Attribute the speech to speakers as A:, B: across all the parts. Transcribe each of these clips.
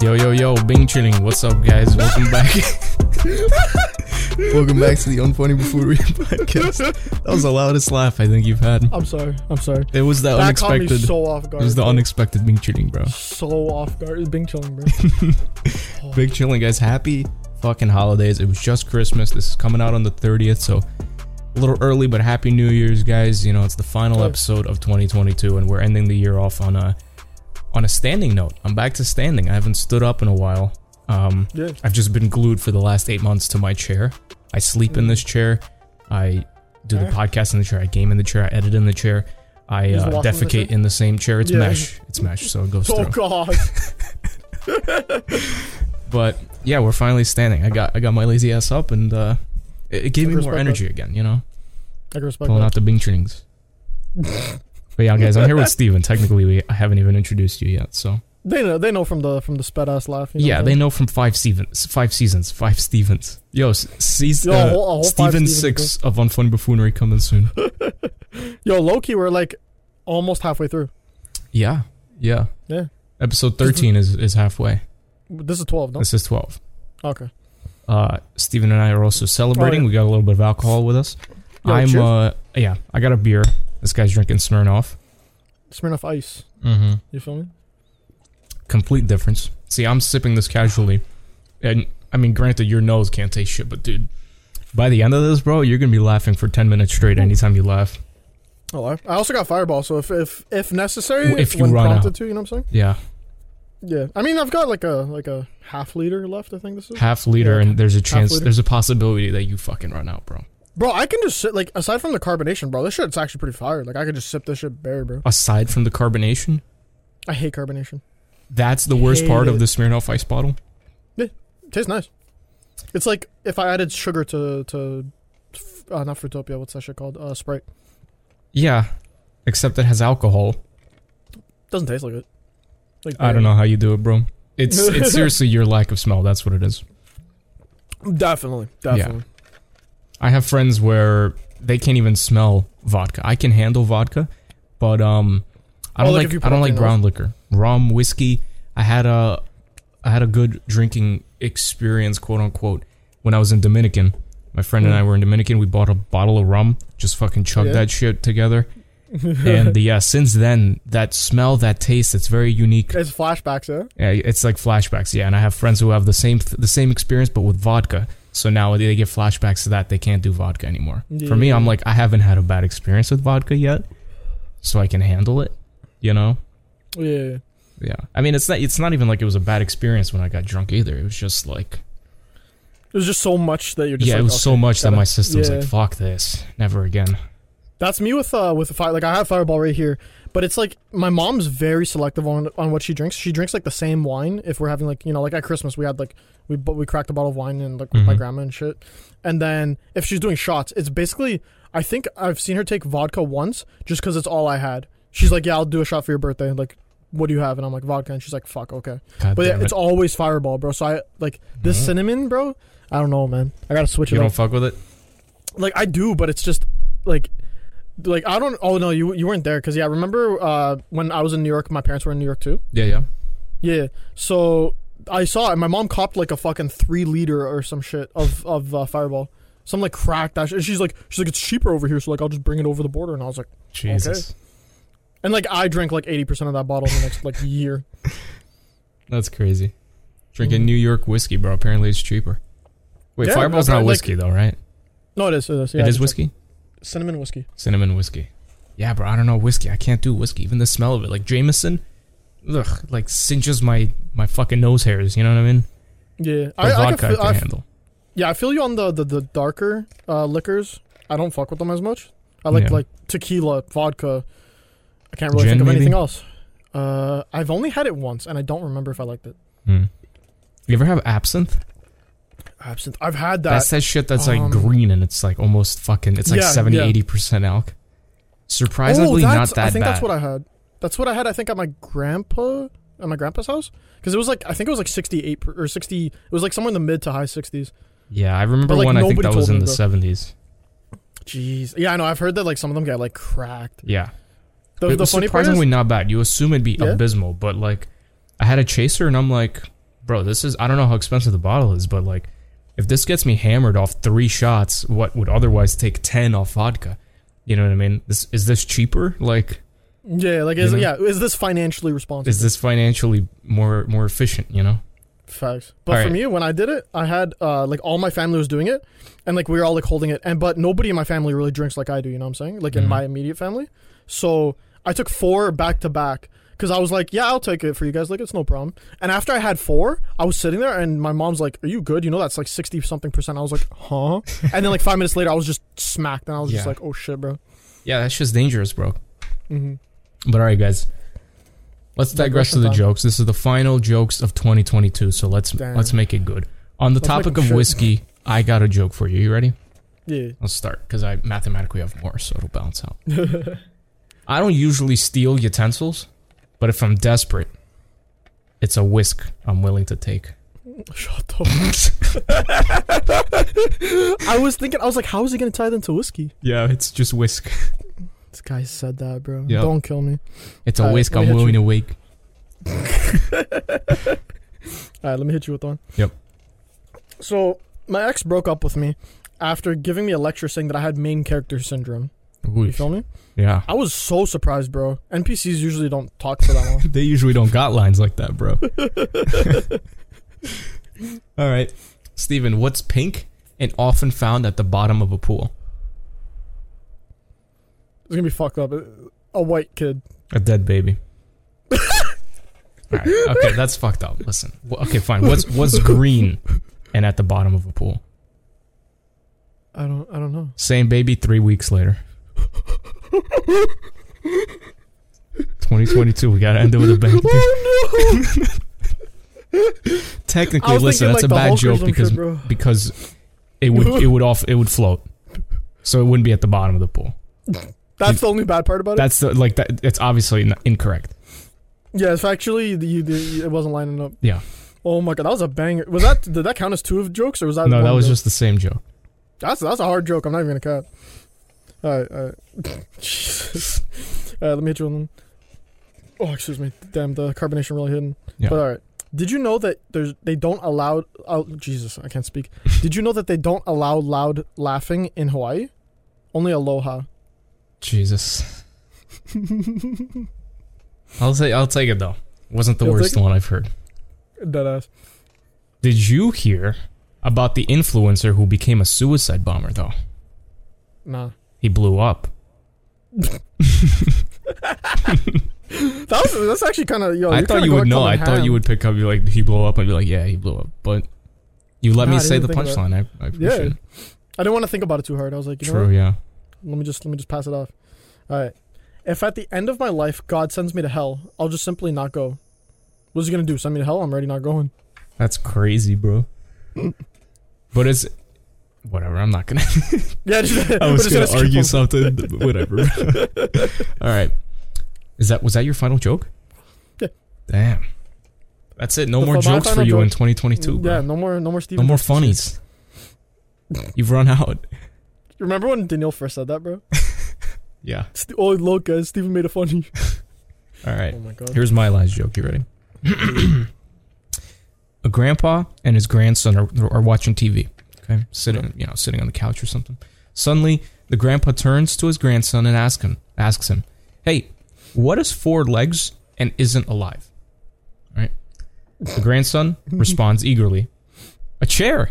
A: Yo, yo, yo, Bing chilling. What's up, guys? Welcome back. Welcome back to the Unfunny Before We podcast. That was the loudest laugh I think you've had.
B: I'm sorry. I'm sorry.
A: It was that
B: That caught me
A: unexpected.
B: so off
A: it
B: guard.
A: was the
B: bro.
A: unexpected Bing chilling, bro.
B: so off guard. It's Bing chilling, bro.
A: Big chilling, guys. Happy fucking holidays. It was just Christmas. This is coming out on the 30th, so a little early, but happy New Year's, guys. You know, it's the final
B: Yes.
A: episode of 2022, and we're ending the year off on a on a standing note. I'm back to standing. I haven't stood up in a while. Um,
B: Yeah.
A: I've just been glued for the last eight months to my chair. I sleep in
B: Mm.
A: this chair. I do the
B: Okay.
A: podcast in the chair. I game in the chair. I edit in the chair. I
B: You just
A: uh,
B: walk in the
A: defecate
B: chair?
A: in the same chair. It's
B: Yeah.
A: mesh. It's mesh, so it goes
B: Oh
A: through.
B: god.
A: But yeah, we're finally standing. I got I got my lazy ass up, and uh, it, it gave me more
B: Respect
A: energy again. You know,
B: I can respect
A: pulling
B: that.
A: out the Bing Chillings. but yeah, guys, I'm here with Steven. Technically, we I haven't even introduced you yet, so
B: They know. They know from the from the sped ass laugh. You know
A: yeah,
B: what
A: they
B: I'm
A: know from five Stevens, five seasons, five Stevens. Yo, s- seas-
B: Yo, a
A: uh,
B: whole- a whole five
A: Steven
B: Stevens,
A: six of Unfunny Buffoonery coming soon.
B: saying? Yo, Loki, we're like almost halfway through.
A: yeah, yeah,
B: Yeah.
A: Episode thirteen is is halfway.
B: This is twelve. No.
A: This is twelve.
B: Okay.
A: Uh, Steven and I are also celebrating.
B: Oh, yeah.
A: We got a little bit of alcohol with us.
B: Yo,
A: I'm
B: cheers.
A: uh, yeah, I got a beer. This guy's drinking Smirnoff.
B: Smirnoff Ice.
A: Mm-hmm.
B: You feel me?
A: Complete difference. See, I'm sipping this casually, and I mean, granted, your nose can't taste shit, but dude, by the end of this, bro, you're gonna be laughing for ten minutes straight. Anytime you laugh,
B: Oh, I, I also got Fireball. So if if if necessary,
A: If you
B: when
A: run
B: prompted
A: out.
B: to, you know what I'm saying?
A: yeah,
B: Yeah. I mean, I've got like a like a half liter left. I think this is.
A: half liter,
B: Yeah.
A: and there's a chance,
B: liter.
A: there's a possibility that you fucking run out, bro.
B: Bro, I can just sit like aside from the carbonation, bro. This shit's actually pretty fire. Like I could just sip this shit bare, bro.
A: Aside from the carbonation,
B: I hate carbonation.
A: that's the worst
B: Hate
A: part of
B: it.
A: the Smirnoff Ice bottle.
B: Tastes nice. It's like if I added sugar to to f- uh, not Fruitopia. What's that shit called? Uh, Sprite.
A: Yeah, except it has alcohol.
B: Doesn't taste like it. Like
A: I don't know how you do it, bro. It's it's seriously your lack of smell. That's what it is.
B: Definitely, definitely.
A: I have friends where they can't even smell vodka. I can handle vodka, but um, I
B: Oh,
A: don't
B: like
A: like,
B: if you put
A: I don't
B: up
A: like
B: your
A: brown liquor, rum, whiskey. I had a I had a good drinking experience, quote unquote, when I was in Dominican. My friend and
B: Mm.
A: I were in Dominican. We bought a bottle of rum, just fucking chugged
B: Yeah.
A: that shit together. and yeah, since then, that smell, that taste, it's very unique.
B: It's flashbacks, yeah.
A: Yeah, it's like flashbacks. Yeah, and I have friends who have the same th- the same experience, but with vodka. So now they get flashbacks to that. They can't do vodka anymore. For me,
B: Yeah.
A: I'm like I haven't had a bad experience with vodka yet, so I can handle it. You know?
B: Yeah.
A: Yeah. I mean, it's not it's not even like it was a bad experience when I got drunk either. It was just like
B: It was just so much that you're just
A: yeah,
B: like,
A: it was
B: okay,
A: so much that
B: gotta-
A: my system's
B: yeah.
A: like fuck this, never again.
B: That's me with uh with the fire. Like I have Fireball right here, but it's like my mom's very selective on on what she drinks. She drinks like the same wine. If we're having like you know like at Christmas we had like we bu- we cracked a bottle of wine and like with my
A: Mhm.
B: grandma and shit. And then if she's doing shots, it's basically I think I've seen her take vodka once just because it's all I had. She's like, yeah, I'll do a shot for your birthday. Like, what do you have? And I'm like, vodka. And she's like, fuck, okay.
A: God
B: But yeah,
A: damn it.
B: it's always Fireball, bro. So I like this
A: Mhm.
B: cinnamon, bro. I don't know, man. I gotta switch
A: you
B: it up
A: don't fuck with it.
B: like I do, but it's just like like I don't. Oh no, you you weren't there because yeah. Remember uh, when I was in New York? My parents were in New York too.
A: Yeah, yeah.
B: Yeah. So I saw it. My mom copped like a fucking three liter or some shit of of uh, Fireball. Some like crack that. Sh- and she's like she's like it's cheaper over here, so like I'll just bring it over the border. And I was like,
A: Jesus,
B: and like I drank like eighty percent of that bottle in the next like year.
A: that's crazy. Drinking New York whiskey, bro. Apparently, it's cheaper. Wait,
B: Mm-hmm. Yeah,
A: Fireball's
B: apparently,
A: not
B: like-
A: whiskey though, right?
B: No, it is. It is. Yeah,
A: it
B: I
A: is
B: just-
A: whiskey.
B: Cinnamon whiskey.
A: cinnamon whiskey. Yeah, bro, I don't know whiskey. I can't do whiskey. Even the smell of it, like Jameson, ugh, like cinches my my fucking nose hairs. You know what I mean?
B: Yeah.
A: But
B: I, I, can
A: vodka, I
B: feel, I
A: can
B: f-
A: handle.
B: Yeah, I feel you on the the, the darker uh, liquors. I don't fuck with them as much. I like
A: Yeah.
B: like tequila, vodka. I can't really
A: Gin,
B: think of
A: maybe?
B: anything else. Uh, I've only had it once, and I don't remember if I liked it.
A: Hmm. You ever have absinthe?
B: Absinthe. I've had that.
A: that's that shit that's like
B: um,
A: green and it's like almost fucking. It's like
B: Yeah,
A: 70,
B: yeah.
A: 80 percent alk. Surprisingly,
B: oh, that's,
A: not that
B: I think
A: bad.
B: that's what I had. That's what I had. I think at my grandpa at my grandpa's house because it was like I think it was like sixty eight or sixty. It was like somewhere in the mid to high sixties.
A: yeah, I remember
B: But, like,
A: one. I think
B: nobody
A: that was
B: told
A: in
B: me,
A: the
B: bro.
A: seventies.
B: Jeez. Yeah, I know. I've heard that like some of them get like cracked.
A: Yeah,
B: The,
A: it
B: the
A: was
B: funny part is
A: surprisingly not bad. You assume it'd be
B: Yeah.
A: abysmal, but like, I had a chaser and I'm like, bro, this is I don't know how expensive the bottle is, but like if this gets me hammered off three shots, what would otherwise take ten off vodka? You know what I mean? This is this cheaper? Like
B: Yeah, like is
A: You know?
B: yeah, is this financially responsible?
A: is this financially more more efficient, you know?
B: Facts. But
A: All
B: for
A: right.
B: me, when I did it, I had uh like all my family was doing it, and like we were all like holding it, and but nobody in my family really drinks like I do. You know what I'm saying? Like in
A: Mhm.
B: my immediate family. So I took four back to back because I was like, yeah, I'll take it for you guys. Like it's no problem. And after I had four, I was sitting there, and my mom's like, "Are you good? You know that's like sixty something percent." I was like, "Huh?" and then like five minutes later, I was just smacked, and I was just
A: Yeah.
B: like, "Oh shit, bro."
A: Yeah, that's just dangerous, bro.
B: hmm
A: But all right, guys. Let's digress to
B: Digression
A: the
B: time.
A: jokes. This is the final jokes of 2022, so let's
B: Damn.
A: let's make it good. On the
B: Let's make
A: topic
B: them
A: of
B: shit.
A: whiskey, I got a joke for you. You ready?
B: Yeah.
A: Let's start because I mathematically have more, so it'll balance out. I don't usually steal utensils, but if I'm desperate, it's a whisk I'm willing to take.
B: Shut up. I was thinking, I was like, how is he gonna tie that into whiskey?
A: Yeah, it's just whisk.
B: This guy said that, bro.
A: Yeah.
B: Don't kill me.
A: It's a
B: Alright,
A: whisk I'm
B: let me hit
A: willing
B: you.
A: to wake.
B: All right, let me hit you with one.
A: Yep.
B: So my ex broke up with me after giving me a lecture saying that I had main character syndrome.
A: Ooh,
B: You feel me?
A: yeah.
B: I was so surprised, bro. NPCs usually don't talk for that long.
A: They usually don't got lines like that, bro. All right. Steven, what's pink and often found at the bottom of a pool?
B: It's gonna be fucked up. A white kid.
A: A dead baby. All right. Okay, that's fucked up. Listen. Wh- Okay, fine. What's what's green and at the bottom of a pool?
B: I don't. I don't know.
A: Same baby 3 weeks later. 2022, we got to end it with a bang.
B: Oh no! I
A: Technically,
B: was
A: listen,
B: thinking,
A: that's a
B: like, the
A: bad
B: Hulk or
A: joke
B: some
A: because
B: shit, bro.
A: because it would it would off it would float. So it wouldn't be at the bottom of the pool.
B: That's the only bad part about it.
A: That's the, like that it's obviously not incorrect.
B: Yeah, it's actually the, you the, it wasn't lining up.
A: Yeah.
B: Oh my god, that was a banger. Was that did that count as two of jokes or was that?
A: No,
B: one
A: that was
B: joke?
A: just the same joke.
B: That's that's a hard joke. I'm not even gonna cut. All right, all right. Jesus. All right, let me hit you on. Oh, excuse me. Damn, the carbonation really hidden.
A: Yeah.
B: But all right. Did you know that there's they don't allow? Oh, Jesus, I can't speak. Did you know that they don't allow loud laughing in Hawaii? Only aloha.
A: Jesus. I'll say I'll take it though. Wasn't the
B: You'll
A: worst
B: take
A: one I've heard.
B: Deadass.
A: Did you hear about the influencer who became a suicide bomber though?
B: Nah.
A: He blew up.
B: That was that's actually kind of yo.
A: I
B: Oh, you're
A: thought
B: kinda
A: you would
B: going-
A: know. I
B: coming
A: thought
B: ham.
A: you would pick up. You like he blew up, and be like, yeah, he blew up. But you let
B: Nah,
A: me
B: I
A: say the
B: didn't think about
A: punchline. I, I appreciate
B: Yeah.
A: it.
B: I didn't want to think about it too hard. I was like, you know,
A: True. Yeah.
B: what? let me just let me just pass it off. All right. If at the end of my life God sends me to hell, I'll just simply not go. What's he gonna do? Send me to hell? I'm already not going.
A: That's crazy, bro. but it's whatever. I'm not gonna.
B: Yeah, just,
A: I
B: we're
A: was
B: just
A: gonna
B: skip
A: argue
B: him.
A: something. but Whatever. All right. Is that was that your final joke?
B: Yeah.
A: Damn. That's it. No
B: The-
A: more
B: my
A: jokes for
B: final
A: you in
B: joke-
A: 2022. Bro.
B: Yeah, no more, no
A: no
B: more Steven.
A: more funnies. You've run out.
B: Remember when Daniel first said that, bro?
A: Yeah.
B: St- oh, look, guys, Steven made a funny.
A: All right.
B: Oh my god.
A: Here's my last joke. You ready? a grandpa and his grandson are, are watching TV. Okay, sitting you know sitting on the couch or something. Suddenly, the grandpa turns to his grandson and asks him asks him, "Hey, what has four legs and isn't alive?" All right. The grandson responds eagerly, "A chair."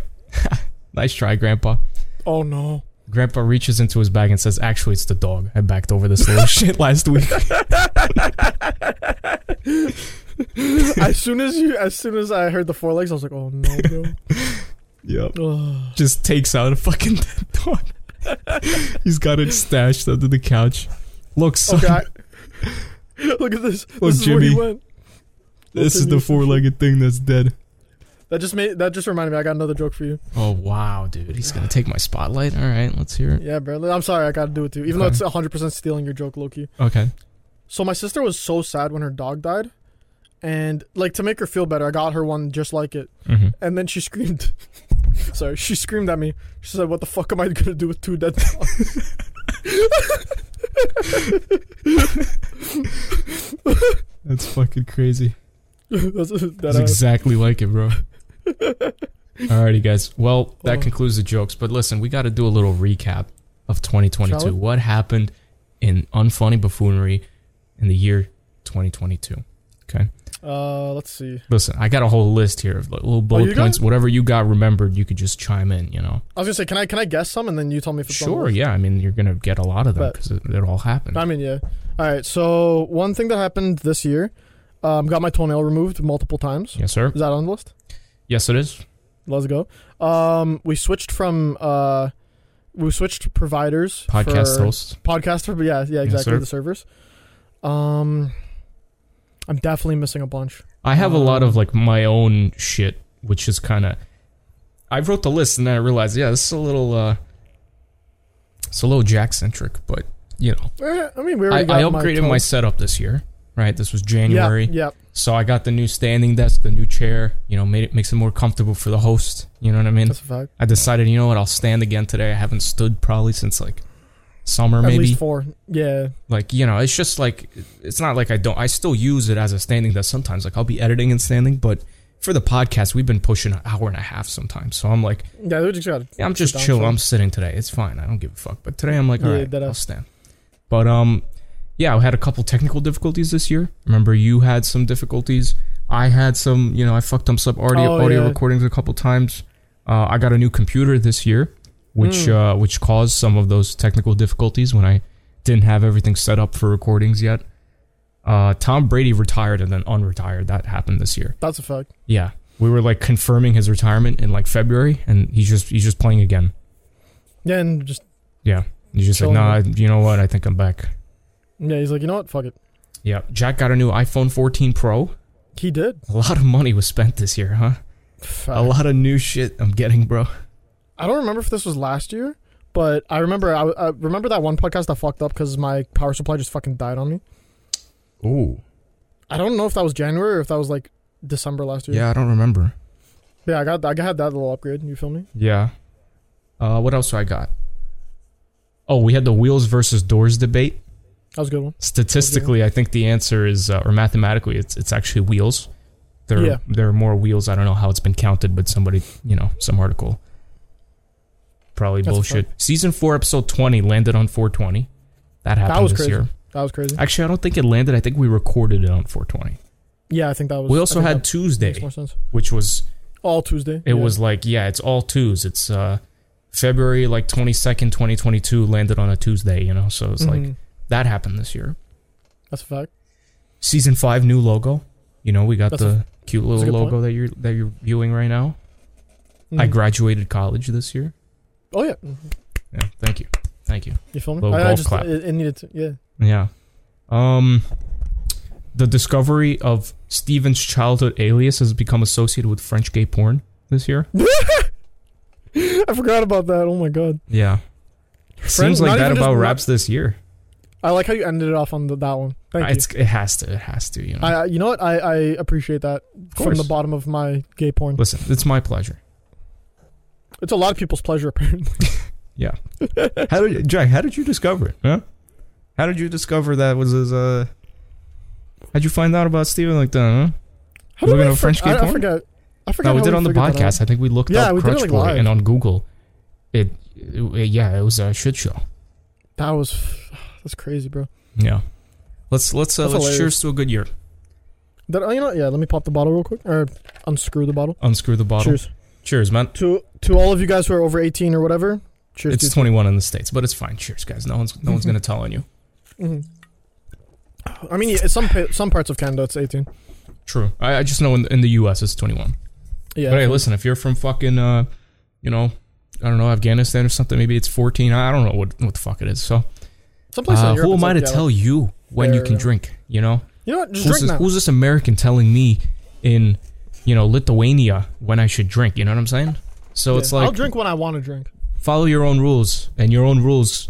A: nice try, grandpa.
B: Oh no.
A: Grandpa reaches into his bag and says, "Actually, it's the dog. I backed over this little shit last week."
B: as soon as you, as soon as I heard the four legs, I was like, oh no, bro.
A: Yep.
B: Ugh.
A: just takes out a fucking dead dog. He's got it stashed under the couch. Look, son,
B: okay. I- look at this.
A: Look,
B: this is where he
A: Jimmy.
B: went.
A: this is the four-legged thing that's dead.
B: That just made. That just reminded me. I got another joke for you.
A: Oh wow, dude, he's gonna take my spotlight. All right, let's hear it.
B: Yeah, bro. I'm sorry, I gotta do it too. Even though
A: Okay.
B: it's 100% stealing your joke, Loki.
A: Okay,
B: So my sister was so sad when her dog died, and like to make her feel better, I got her one just like it.
A: mm-hmm.
B: And then she screamed. sorry, she screamed at me. She said, "What the fuck am I gonna do with two dead dogs?"
A: that's fucking crazy.
B: That's, that
A: That's exactly like it, bro. Alrighty, guys. Well, that
B: Oh.
A: concludes the jokes. But listen, we got to do a little recap of 2022.
B: Shall we?
A: What happened in unfunny buffoonery in the year 2022?
B: uh, let's see.
A: Listen, I got a whole list here of like little bullet
B: Oh, you got
A: points. Whatever you got remembered, you could just chime in. You know,
B: I was gonna say, can I can I guess some and then you tell me if it's on the
A: sure,
B: list?
A: yeah. I mean, you're gonna get a lot of them
B: Bet.
A: because it, it all happened.
B: I mean, yeah. All right. So one thing that happened this year, um, got my toenail removed multiple times.
A: yes, sir.
B: Is that on the list?
A: Yes, it is.
B: Let's go. Um, we switched from uh, we switched providers.
A: Podcast
B: for,
A: host.
B: Podcast for yeah yeah exactly
A: sir.
B: the servers. Um, I'm definitely missing a bunch.
A: I have a lot of like my own shit, which is kind of. I wrote the list and then I realized, yeah, this is a little, uh, it's a little Jack centric, but you know,
B: Eh, I mean, we
A: I,
B: already
A: I
B: got
A: upgraded my,
B: toe-
A: setup this year, right? This was
B: yeah
A: January,
B: yeah.
A: so I got the new standing desk, the new chair. You know, made it makes it more comfortable for the host. You know what I mean?
B: That's a fact.
A: I decided, you know what, I'll stand again today. I haven't stood probably since like summer,
B: At
A: maybe.
B: least four. Yeah.
A: Like, you know, it's just like, it's not like I don't, I still use it as a standing desk sometimes. Like, I'll be editing and standing, but for the podcast, we've been pushing an hour and a half sometimes. So I'm like,
B: Yeah, we just got.
A: yeah, I'm just
B: Sit down,
A: chill.
B: son.
A: I'm sitting today. It's fine. I don't give a fuck. But today I'm like, all
B: Yeah, uh,
A: right,
B: that-
A: I'll stand. But um, yeah, I had a couple technical difficulties this year. Remember, you had some difficulties. I had some. You know, I fucked up some audio
B: Oh,
A: audio
B: yeah.
A: recordings a couple times. Uh, I got a new computer this year, which
B: Hmm.
A: uh, which caused some of those technical difficulties when I didn't have everything set up for recordings yet. Uh, Tom Brady retired and then unretired. That happened this year.
B: That's a fact.
A: Yeah, we were like confirming his retirement in like February, and he's just he's just playing again.
B: Yeah, and just
A: Yeah. He's just like,
B: Chilling.
A: nah, you know what? I think I'm back.
B: yeah, he's like, you know what? Fuck it.
A: Yeah. Jack got a new iPhone 14 Pro.
B: He did.
A: A lot of money was spent this year, huh? A
B: Fact.
A: lot of new shit I'm getting, bro.
B: I don't remember if this was last year, but I remember I, I remember that one podcast that fucked up because my power supply just fucking died on me.
A: Ooh.
B: I don't know if that was January or if that was like December last year.
A: Yeah, I don't remember.
B: yeah. I got I had that little upgrade. You feel me?
A: Yeah. Uh, what else do I got? Oh, we had the wheels versus doors debate.
B: That was a good one.
A: Statistically, I think the answer is, uh, or mathematically, it's it's actually wheels. There,
B: Yeah.
A: there are more wheels. I don't know how it's been counted, but somebody, you know, some article. Probably
B: That's
A: bullshit. Season four, episode twenty landed on four twenty. That happened
B: was
A: this
B: crazy.
A: year.
B: That was crazy.
A: Actually, I don't think it landed. I think we recorded it on four twenty.
B: yeah, I think that was.
A: We
B: I
A: also
B: think
A: had
B: that makes
A: Tuesday,
B: more sense.
A: which was
B: All Tuesday.
A: it
B: yeah.
A: was like yeah, it's all twos. It's uh February like twenty second, twenty twenty two landed on a Tuesday. You know, so it's like
B: Mhm.
A: that happened this year.
B: that's a fact.
A: season five new logo. You know, we got
B: That's
A: the
B: a-
A: cute
B: that's a
A: little
B: good
A: logo
B: point.
A: that you're that you're viewing right now. I
B: Mhm.
A: graduated college this year.
B: Oh yeah, Mhm.
A: Yeah, thank you, thank you.
B: you feel me?
A: Little
B: I, I
A: golf
B: just
A: clap.
B: It, it needed to. Yeah,
A: Yeah, um, the discovery of Steven's childhood alias has become associated with French gay porn this year.
B: I forgot about that. Oh my god.
A: Yeah,
B: French-
A: seems
B: not
A: like that
B: even just
A: about
B: ra-
A: wraps this year.
B: I like how you ended it off on the, that one. Thank you.
A: It's, it has to, it has to. You know,
B: I, I- you know what? I, I appreciate that from
A: course.
B: the bottom of my gay porn.
A: listen, it's my pleasure.
B: It's a lot of people's pleasure, apparently.
A: How did Jack? How did you discover it? Huh? How did you discover that was his? Uh, how'd you find out about Steven like that? Huh?
B: How did
A: Looking
B: I
A: at French gay
B: I, I
A: porn?
B: forgot. I forgot.
A: No, we
B: how
A: did on the
B: figured that out.
A: podcast. I think we looked
B: Yeah,
A: up
B: we did it,
A: Crutch
B: like,
A: Boy,
B: live.
A: and on Google, it, it- yeah, it was a shit show.
B: That was that's crazy, bro.
A: Yeah, let's let's uh,
B: That's
A: let's
B: hilarious.
A: cheers to a good year.
B: That oh, you know? what? Yeah, let me pop the bottle real quick or unscrew the bottle.
A: Unscrew the bottle. Cheers,
B: Cheers
A: man.
B: to to all of you guys who are over eighteen or whatever. Cheers. Mm-hmm.
A: It's 21 in the states, but it's fine. Cheers, guys. No one's no one's gonna tell on you.
B: dude. Mhm. I mean, yeah, some pa- some parts of Canada it's eighteen.
A: True. I, I just know in, in the U.S. it's 21.
B: Yeah.
A: But hey, listen, if you're from fucking, uh, you know, I don't know, Afghanistan or something, maybe it's 14. I I don't know what what the fuck it is. So
B: some places
A: uh,
B: in Europe,
A: who
B: it's
A: am I
B: like,
A: to
B: yeah,
A: tell you when you
B: There,
A: can
B: yeah.
A: drink? You know.
B: You know what? Just
A: who's
B: drink
A: this,
B: now.
A: who's this American telling me in, you know, Lithuania when I should drink? You know what I'm saying? So
B: Yeah.
A: it's like
B: I'll drink when I want to drink.
A: follow your own rules, and your own rules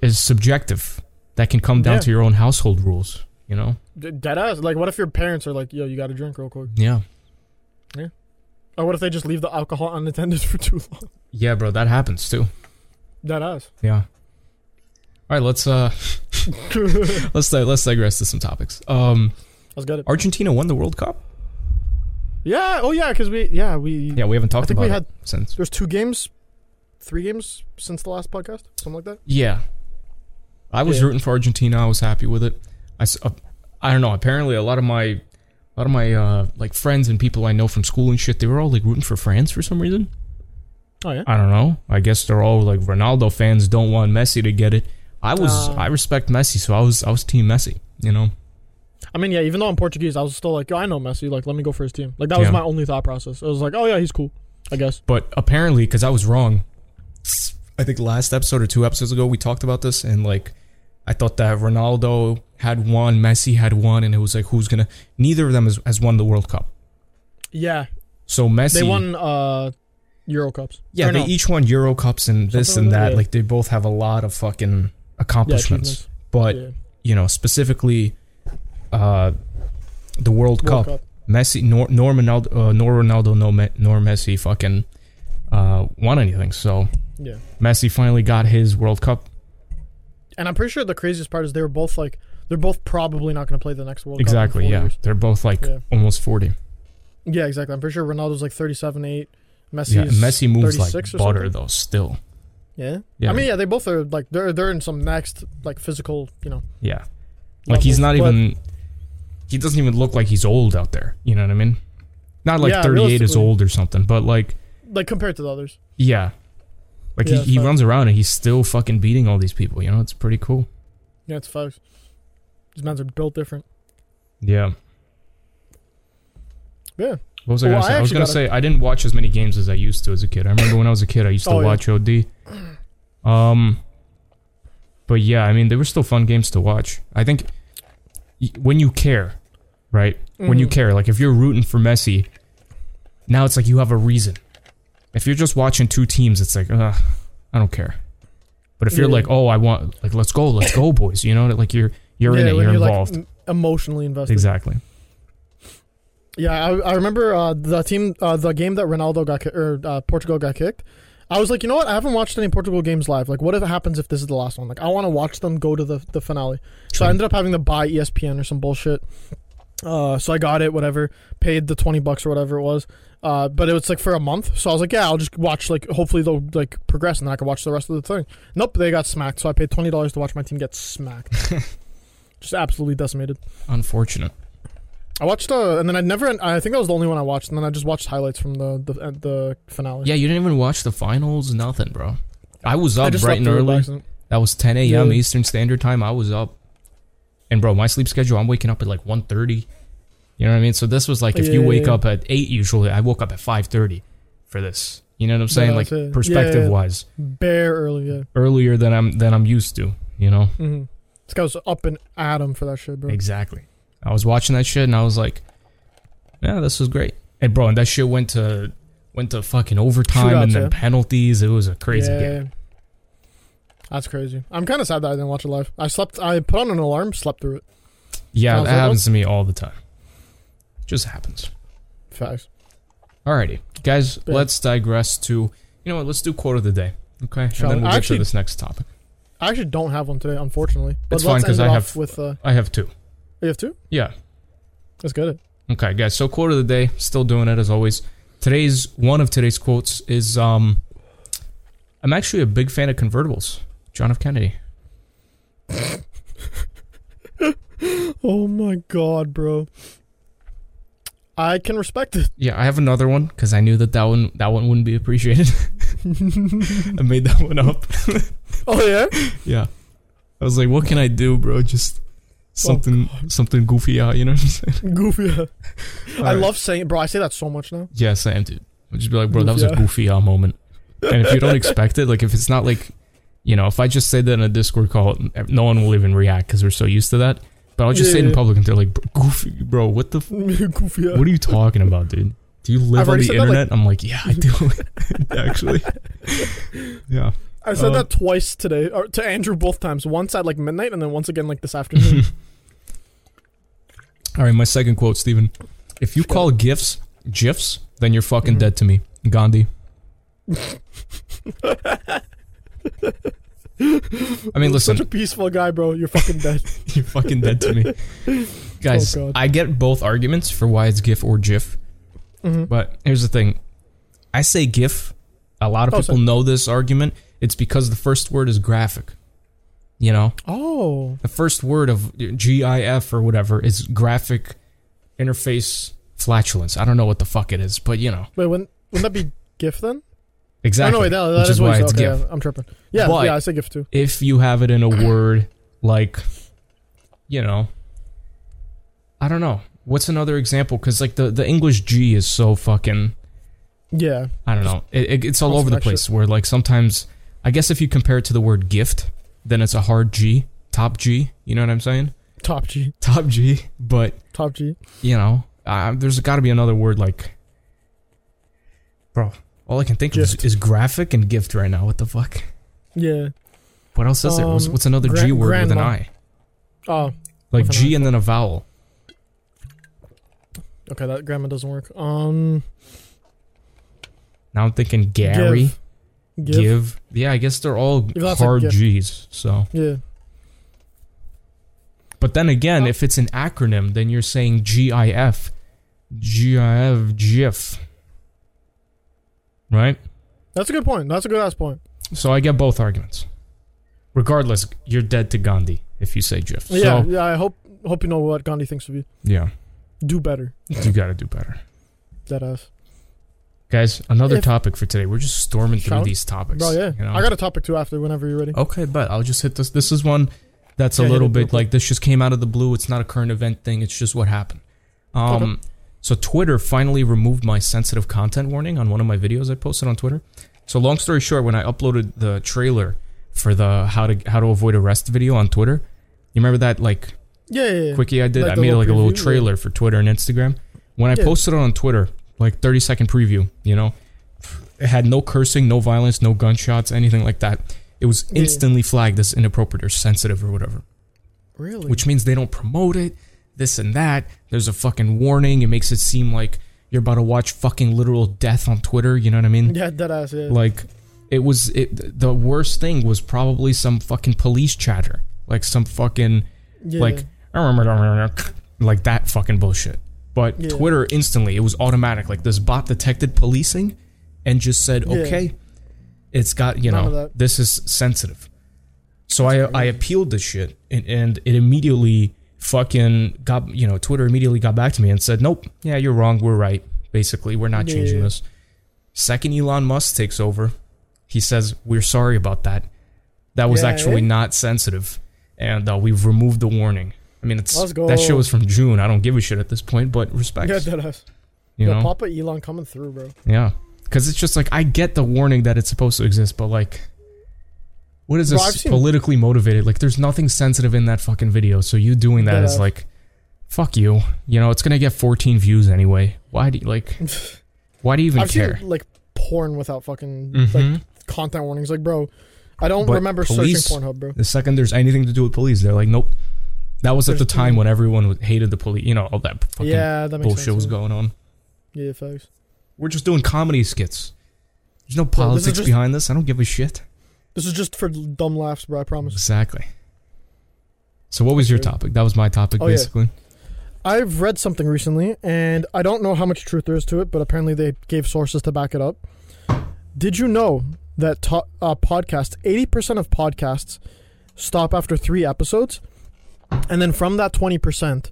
A: is subjective. That can come down
B: Yeah.
A: to your own household rules. You know?
B: D- Dead ass. Like, what if your parents are like, "Yo, you got to drink real quick,"
A: Yeah.
B: or what if they just leave the alcohol unattended for too long?
A: Yeah, bro, that happens too.
B: Dead ass.
A: Yeah. All right, let's uh, let's di- let's digress to some topics. Um,
B: Let's get it.
A: Argentina won the World Cup.
B: Yeah. Oh yeah, because we yeah we
A: Yeah, we haven't talked
B: think
A: about
B: we
A: it
B: had-
A: since.
B: there's two games, three games since the last podcast, something like that.
A: Yeah, I was
B: Yeah.
A: rooting for Argentina. I was happy with it. I, s- uh, I don't know. Apparently, a lot of my a lot of my uh, like friends and people I know from school and shit, they were all like rooting for France for some reason.
B: Oh yeah.
A: I don't know. I guess they're all like Ronaldo fans. Don't want Messi to get it. I was
B: Uh.
A: I respect Messi, so I was I was team Messi. You know.
B: I mean, yeah. Even though I'm Portuguese, I was still like, yo, I know Messi. Like, let me go for his team. Like that was
A: Yeah.
B: my only thought process. I was like, oh yeah, he's cool. I guess.
A: But apparently, because I was wrong, I think last episode or two episodes ago, we talked about this, and like, I thought that Ronaldo had one, Messi had one, and it was like, who's gonna? Neither of them has, has won the World Cup.
B: Yeah,
A: So Messi,
B: they won uh Euro Cups.
A: yeah,
B: Or
A: they
B: no,
A: each won Euro Cups and this and
B: Something like that,
A: that.
B: yeah.
A: Like, they both have a lot of fucking
B: yeah,
A: accomplishments.
B: achievements.
A: but
B: Yeah.
A: you know, specifically, uh, the World,
B: World
A: Cup,
B: Cup.
A: Messi nor nor Ronaldo, uh, nor Ronaldo, no Me- nor Messi, fucking uh, won anything. So
B: Yeah.
A: Messi finally got his World Cup.
B: And I'm pretty sure the craziest part is they were both like they're both probably not going to play the next World Cup.
A: exactly.
B: in four
A: Yeah.
B: years.
A: They're both like
B: Yeah.
A: almost 40.
B: Yeah, exactly. I'm pretty sure Ronaldo's like 37, 8. Messi
A: yeah.
B: is
A: Messi moves like
B: 36 or
A: butter
B: something.
A: though still.
B: Yeah.
A: Yeah.
B: I mean, yeah, they both are like they're they're in some next like physical, you know.
A: yeah. Like he's not
B: levels, but-
A: even he doesn't even look like he's old out there. You know what I mean? Not like
B: Yeah,
A: 38 is
B: realistically.
A: old or something, but like
B: like compared to the others.
A: yeah. Like
B: Yeah,
A: he, he
B: fuck.
A: runs around and he's still fucking beating all these people, you know? It's pretty cool.
B: Yeah, it's folks. These men's are built different.
A: Yeah.
B: Yeah.
A: What was I
B: Well,
A: gonna
B: I
A: say? I was
B: actually
A: gonna
B: got a-
A: say I didn't watch as many games as I used to as a kid. I remember when I was a kid, I used to
B: Oh, yeah.
A: watch OD. Um, but yeah, I mean, they were still fun games to watch. I think y- when you care, right? When you
B: Mhm.
A: care, like if you're rooting for Messi, now it's like you have a reason. If you're just watching two teams, it's like, uh, I don't care. But if you're
B: Yeah.
A: like, oh, I want, like, let's go, let's go, boys. You know, like you're you're in
B: yeah,
A: it,
B: when
A: you're involved.
B: Like, "Mm, m- emotionally invested.
A: exactly.
B: Yeah, I, I remember uh, the team, uh, the game that Ronaldo got ki- or uh, Portugal got kicked. I was like, you know what? I haven't watched any Portugal games live. Like, what if it happens if this is the last one? Like, I want to watch them go to the, the finale. So I ended up having to buy E ESPN or some bullshit. Uh, so I got it, whatever. Paid the twenty bucks or whatever it was. Uh, but it was like for a month. So I was like, yeah, I'll just watch. Like, hopefully they'll like progress, and then I can watch the rest of the thing. Nope, they got smacked. So I paid twenty dollars to watch my team get smacked. just absolutely decimated.
A: Unfortunate.
B: I watched uh, and then I never. I think that was the only one I watched, and then I just watched highlights from the the uh, the finale.
A: Yeah, you didn't even watch the finals, nothing, bro. I was
B: I
A: up
B: just
A: bright
B: slept
A: and
B: through it by
A: early.
B: accident.
A: That was 10 a.m.
B: Yeah.
A: Eastern Standard Time. I was up, and bro, my sleep schedule. I'm waking up at like 1:30. You know what I mean? So this was like if you
B: Yeah,
A: wake
B: yeah.
A: up at eight usually. I woke up at 5:30 for this. You know what I'm saying?
B: Yeah,
A: like
B: that's it.
A: perspective wise,
B: Bare early, yeah.
A: earlier than I'm than I'm used to. You know
B: Mm-hmm. This guy was up and at 'em for that shit, bro.
A: exactly. I was watching that shit and I was like, yeah, this was great. And bro, and that shit went to went to fucking overtime and
B: Shootouts,
A: then
B: yeah.
A: penalties. It was a crazy
B: yeah.
A: game.
B: That's crazy. I'm kind of sad that I didn't watch it live. I slept. I put on an alarm, slept through it.
A: Yeah,
B: Sounds
A: that
B: like
A: happens to me all the time. Just happens.
B: Facts.
A: Alrighty, guys,
B: Yeah.
A: let's digress to you know what? Let's do quote of the day, okay?
B: Shall
A: and
B: we?
A: then we'll get
B: Actually-
A: to this next topic.
B: I actually don't have one today, unfortunately. But
A: It's fine,
B: let's
A: 'cause
B: end it
A: I
B: off
A: have-
B: with. Uh,
A: I have two.
B: you have two.
A: Yeah.
B: Let's get it.
A: Okay, guys. So quote of the day, still doing it as always. Today's one of today's quotes is um, I'm actually a big fan of convertibles. John F. Kennedy.
B: Oh my god, bro. I can respect it.
A: Yeah, I have another one because I knew that that one that one wouldn't be appreciated. I made that one up.
B: Oh yeah.
A: yeah, I was like, what can I do, bro?
B: Oh,
A: Just something something goofy out, you know?
B: Goofy. I
A: Alright.
B: love saying, bro. I say that so much now.
A: Yeah, Sam, dude. I'd just be like, bro, that was a
B: Goofy,
A: goofy ah moment. And if you don't expect it, like if it's not like, you know, if I just say that in a Discord call, no one will even react because we're so used to that. But I'll just
B: Yeah,
A: say it in
B: yeah.
A: public and they're like, bro, goofy, bro, what the, f-
B: Goofy.
A: what are you talking about, dude? Do you
B: I've
A: live on
B: already
A: the
B: said that, like-
A: internet? I'm like, yeah, I do, actually. yeah.
B: I said
A: uh,
B: that twice today, or to Andrew both times. Once at like midnight, and then once again like this afternoon.
A: All right, my second quote, Stephen. If you call gifts gifs, then you're fucking
B: Mhm.
A: dead to me, Gandhi. I mean, listen,
B: Such a peaceful guy, bro. You're fucking dead.
A: You're fucking dead to me. Guys,
B: Oh, God.
A: I get both arguments for why it's GIF or GIF.
B: Mhm.
A: But here's the thing I say GIF. A lot of
B: Oh,
A: people
B: sorry.
A: know this argument. It's because the first word is graphic. You know,
B: Oh,
A: the first word of GIF or whatever is graphic interface flatulence. I don't know what the fuck it is, but you know.
B: wait, wouldn't, wouldn't that be GIF then?
A: Exactly.
B: Oh, no, wait, that, that
A: which
B: is,
A: is
B: what
A: why
B: you
A: it's
B: said. Okay,
A: GIF.
B: yeah, I'm tripping. Yeah,
A: But-
B: yeah, I say GIF too.
A: if you have it in a word like you know i don't know what's another example because like the, the english g is so fucking
B: Yeah,
A: i don't know it, it- it's all
B: What's
A: over the
B: the next
A: place where like sometimes i guess if you compare it to the word gift then it's a hard g top g you know what i'm saying
B: top G,
A: top g but
B: top G.
A: you know uh, there's got to be another word like bro all i can think of
B: Gift.
A: is, is graphic and gift right now what the fuck
B: Yeah.
A: what else is there what's,
B: Um,
A: what's another
B: gran-
A: g word with an
B: grandma.
A: i
B: Oh,
A: like
B: With an
A: G and then a vowel.
B: okay, that grammar doesn't work. Um,
A: Now I'm thinking Gary,
B: give,
A: give. Yeah, I guess they're all
B: Yeah, that's a
A: hard
B: gift.
A: G's. So,
B: Yeah,
A: but then again,
B: Oh.
A: if it's an acronym, then you're saying GIF, GIF, GIF. Right.
B: that's a good point. That's a good ass point.
A: So I get both arguments. Regardless, you're dead to Gandhi if you say GIF.
B: yeah,
A: So
B: yeah. I hope hope you know what Gandhi thinks to be.
A: yeah,
B: Do better,
A: you got to do better,
B: that ass.
A: guys. Another
B: If-
A: topic for today. We're just storming through
B: Shall-
A: these topics.
B: Bro, yeah.
A: you know? Oh,
B: I got a topic too after whenever you're ready.
A: Okay, but I'll just hit this. This is one that's
B: Yeah,
A: a
B: hit
A: little
B: it real
A: bit like this just came out of the blue. It's not a current event thing. It's just what happened. Um,
B: Okay.
A: So Twitter finally removed my sensitive content warning on one of my videos I posted on Twitter. So long story short, when I uploaded the trailer for the how to how to avoid arrest video on Twitter, you remember that like
B: Yeah, yeah, yeah.
A: quickie I did?
B: Like
A: I
B: the
A: made
B: little
A: like a little
B: preview, yeah.
A: trailer for Twitter and Instagram. When I
B: Yeah.
A: posted it on Twitter, like 30 second preview, you know, it had no cursing, no violence, no gunshots, anything like that. It was
B: Yeah.
A: instantly flagged as inappropriate or sensitive or whatever,
B: Really?
A: which means they don't promote it, this and that. There's a fucking warning. It makes it seem like you're about to watch fucking literal death on Twitter. You know what I mean?
B: yeah, that ass. Yeah.
A: Like, it was it, the worst thing was probably some fucking police chatter, like some fucking
B: yeah.
A: like "Ah, rah, rah, rah, rah," like that fucking bullshit. But
B: Yeah.
A: Twitter instantly, it was automatic. Like this bot detected policing and just said,
B: Yeah.
A: "Okay, it's got you
B: None of
A: know
B: that.
A: this is sensitive." So I I appealed this shit and and it immediately fucking got you know Twitter immediately got back to me and said, "Nope, yeah, you're wrong. We're right. Basically, we're not changing
B: Yeah.
A: this." Second, Elon Musk takes over. He says, "We're sorry about that. That was
B: Yeah,
A: actually
B: eh?
A: not sensitive, and uh, we've removed the warning." I mean, it's
B: Let's go.
A: that shit was from June. I don't give a shit at this point, but respect,
B: yeah, that ass.
A: you
B: Yo,
A: know,
B: Papa Elon coming through, bro.
A: yeah, because it's just like I get the warning that it's supposed to exist, but like, what is
B: Bro, I've
A: this
B: seen-
A: politically motivated? Like, there's nothing sensitive in that fucking video, so you doing that
B: Dead
A: is
B: ass.
A: like, fuck you. You know, it's gonna get 14 views anyway. Why do you like? Why do you even
B: I've
A: care?
B: seen like porn without fucking
A: Mhm.
B: like content warnings. Like, bro, I don't
A: But
B: remember
A: police-
B: searching Pornhub, bro.
A: The second there's anything to do with police, they're like, nope. That was at the
B: There's-
A: time when everyone was- hated the police. You know, all that fucking
B: Yeah, that makes
A: bullshit
B: sense.
A: was
B: yeah.
A: going on.
B: Yeah, folks.
A: We're just doing comedy skits. There's no
B: this is
A: politics
B: just-
A: behind this. I don't give a shit.
B: This is just for dumb laughs, bro. I promise.
A: Exactly. So what was your
B: Okay.
A: topic? That was my topic,
B: Oh, yeah.
A: basically.
B: I've read something recently, and I don't know how much truth there is to it, but apparently they gave sources to back it up. Did you know that to- uh, podcasts, eighty percent of podcasts, stop after three episodes, and then from that twenty percent,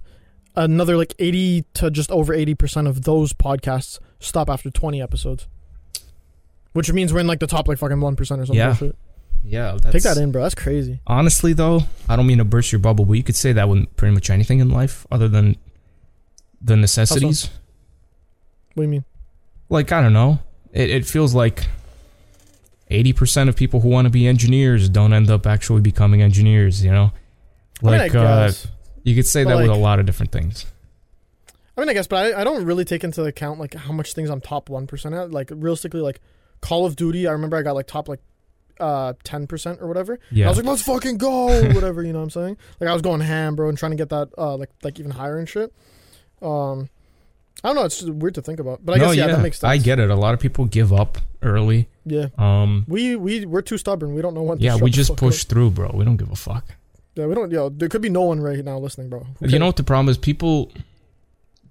B: another like eighty to just over eighty percent of those podcasts stop after twenty episodes. Which means we're in like the top like fucking one percent or something.
A: Yeah.
B: bullshit.
A: Yeah, that's,
B: Take that in, bro. That's crazy.
A: Honestly, though, I don't mean to burst your bubble, but you could say that with pretty much anything in life other than the necessities.
B: What do you mean?
A: Like I don't know. It, it feels like. 80% of people who want to be engineers don't end up actually becoming engineers, you know? Like,
B: I mean, I
A: uh,
B: guess.
A: you could say
B: But,
A: that with a
B: like-
A: lot of different things.
B: I mean, I guess, but I, I don't really take into account like how much things I'm top one percent at. Like realistically, like Call of Duty, I remember I got like top like uh ten percent or whatever. I
A: Yeah.
B: was like, let's fucking go, whatever. You know what I'm saying? Like I was going ham, bro, and trying to get that uh like like even higher and shit. Um, I don't know. It's just weird to think about, but I guess yeah, that makes sense.
A: I get it. A lot of people give up early.
B: Yeah,
A: Um,
B: we we we're too stubborn. We don't know what. to
A: yeah,
B: shut
A: we
B: the
A: just
B: fuck
A: push through, bro. We don't give a fuck.
B: up. Yeah, we don't. Yo, there could be no one right now listening, bro. Who
A: You
B: cares?
A: know what the problem is? People,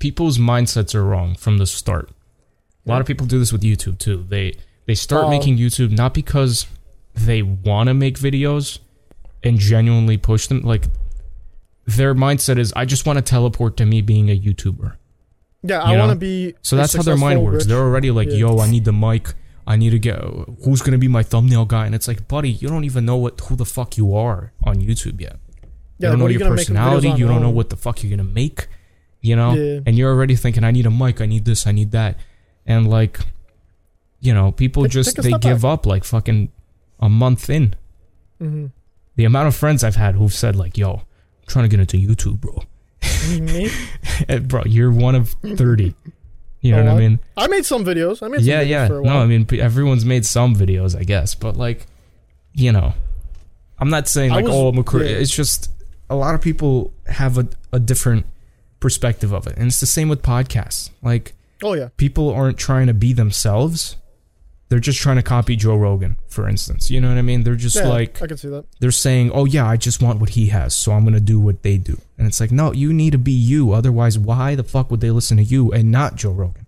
A: people's mindsets are wrong from the start. A lot of people do this with YouTube too. They they start
B: Oh.
A: making YouTube not because they want to make videos and genuinely push them. Like their mindset is, I just want to teleport to me being a YouTuber.
B: Yeah,
A: you
B: I
A: know?
B: want to be.
A: So
B: a
A: that's how their mind
B: successful,
A: works.
B: rich-
A: They're already like,
B: Yeah.
A: yo, I need the mic. I need to get who's gonna be my thumbnail guy, and it's like, buddy, you don't even know what who the fuck you are on YouTube yet
B: yeah,
A: you don't
B: what
A: know
B: are
A: your
B: gonna make videos
A: personality.
B: on
A: You don't know
B: now?
A: what the fuck you're gonna make. You know,
B: Yeah.
A: and you're already thinking, I need a mic. I need this. I need that. And like, you know, people
B: Take-
A: just
B: take a
A: they
B: step
A: give up like fucking a month in.
B: Mhm.
A: The amount of friends I've had who've said like, "Yo, I'm trying to get into YouTube, bro.
B: Me?
A: Eh, bro, you're one of 30. You know
B: Oh,
A: what I
B: what?
A: mean?
B: I made some videos. I made some
A: yeah,
B: videos
A: yeah.
B: for a
A: No,
B: while.
A: I mean pe- everyone's made some videos, I guess, but like, you know, I'm not saying
B: I
A: like
B: was-
A: oh I'm a cre-
B: yeah.
A: It's just a lot of people have a, a different perspective of it, and it's the same with podcasts. Like
B: oh yeah,
A: people aren't trying to be themselves; they're just trying to copy Joe Rogan, for instance. You know what I mean? They're just
B: yeah.
A: like
B: I can see that.
A: they're saying, "Oh yeah, I just want what he has, so I'm gonna do what they do." And it's like, no, you need to be you. Otherwise, why the fuck would they listen to you and not Joe Rogan?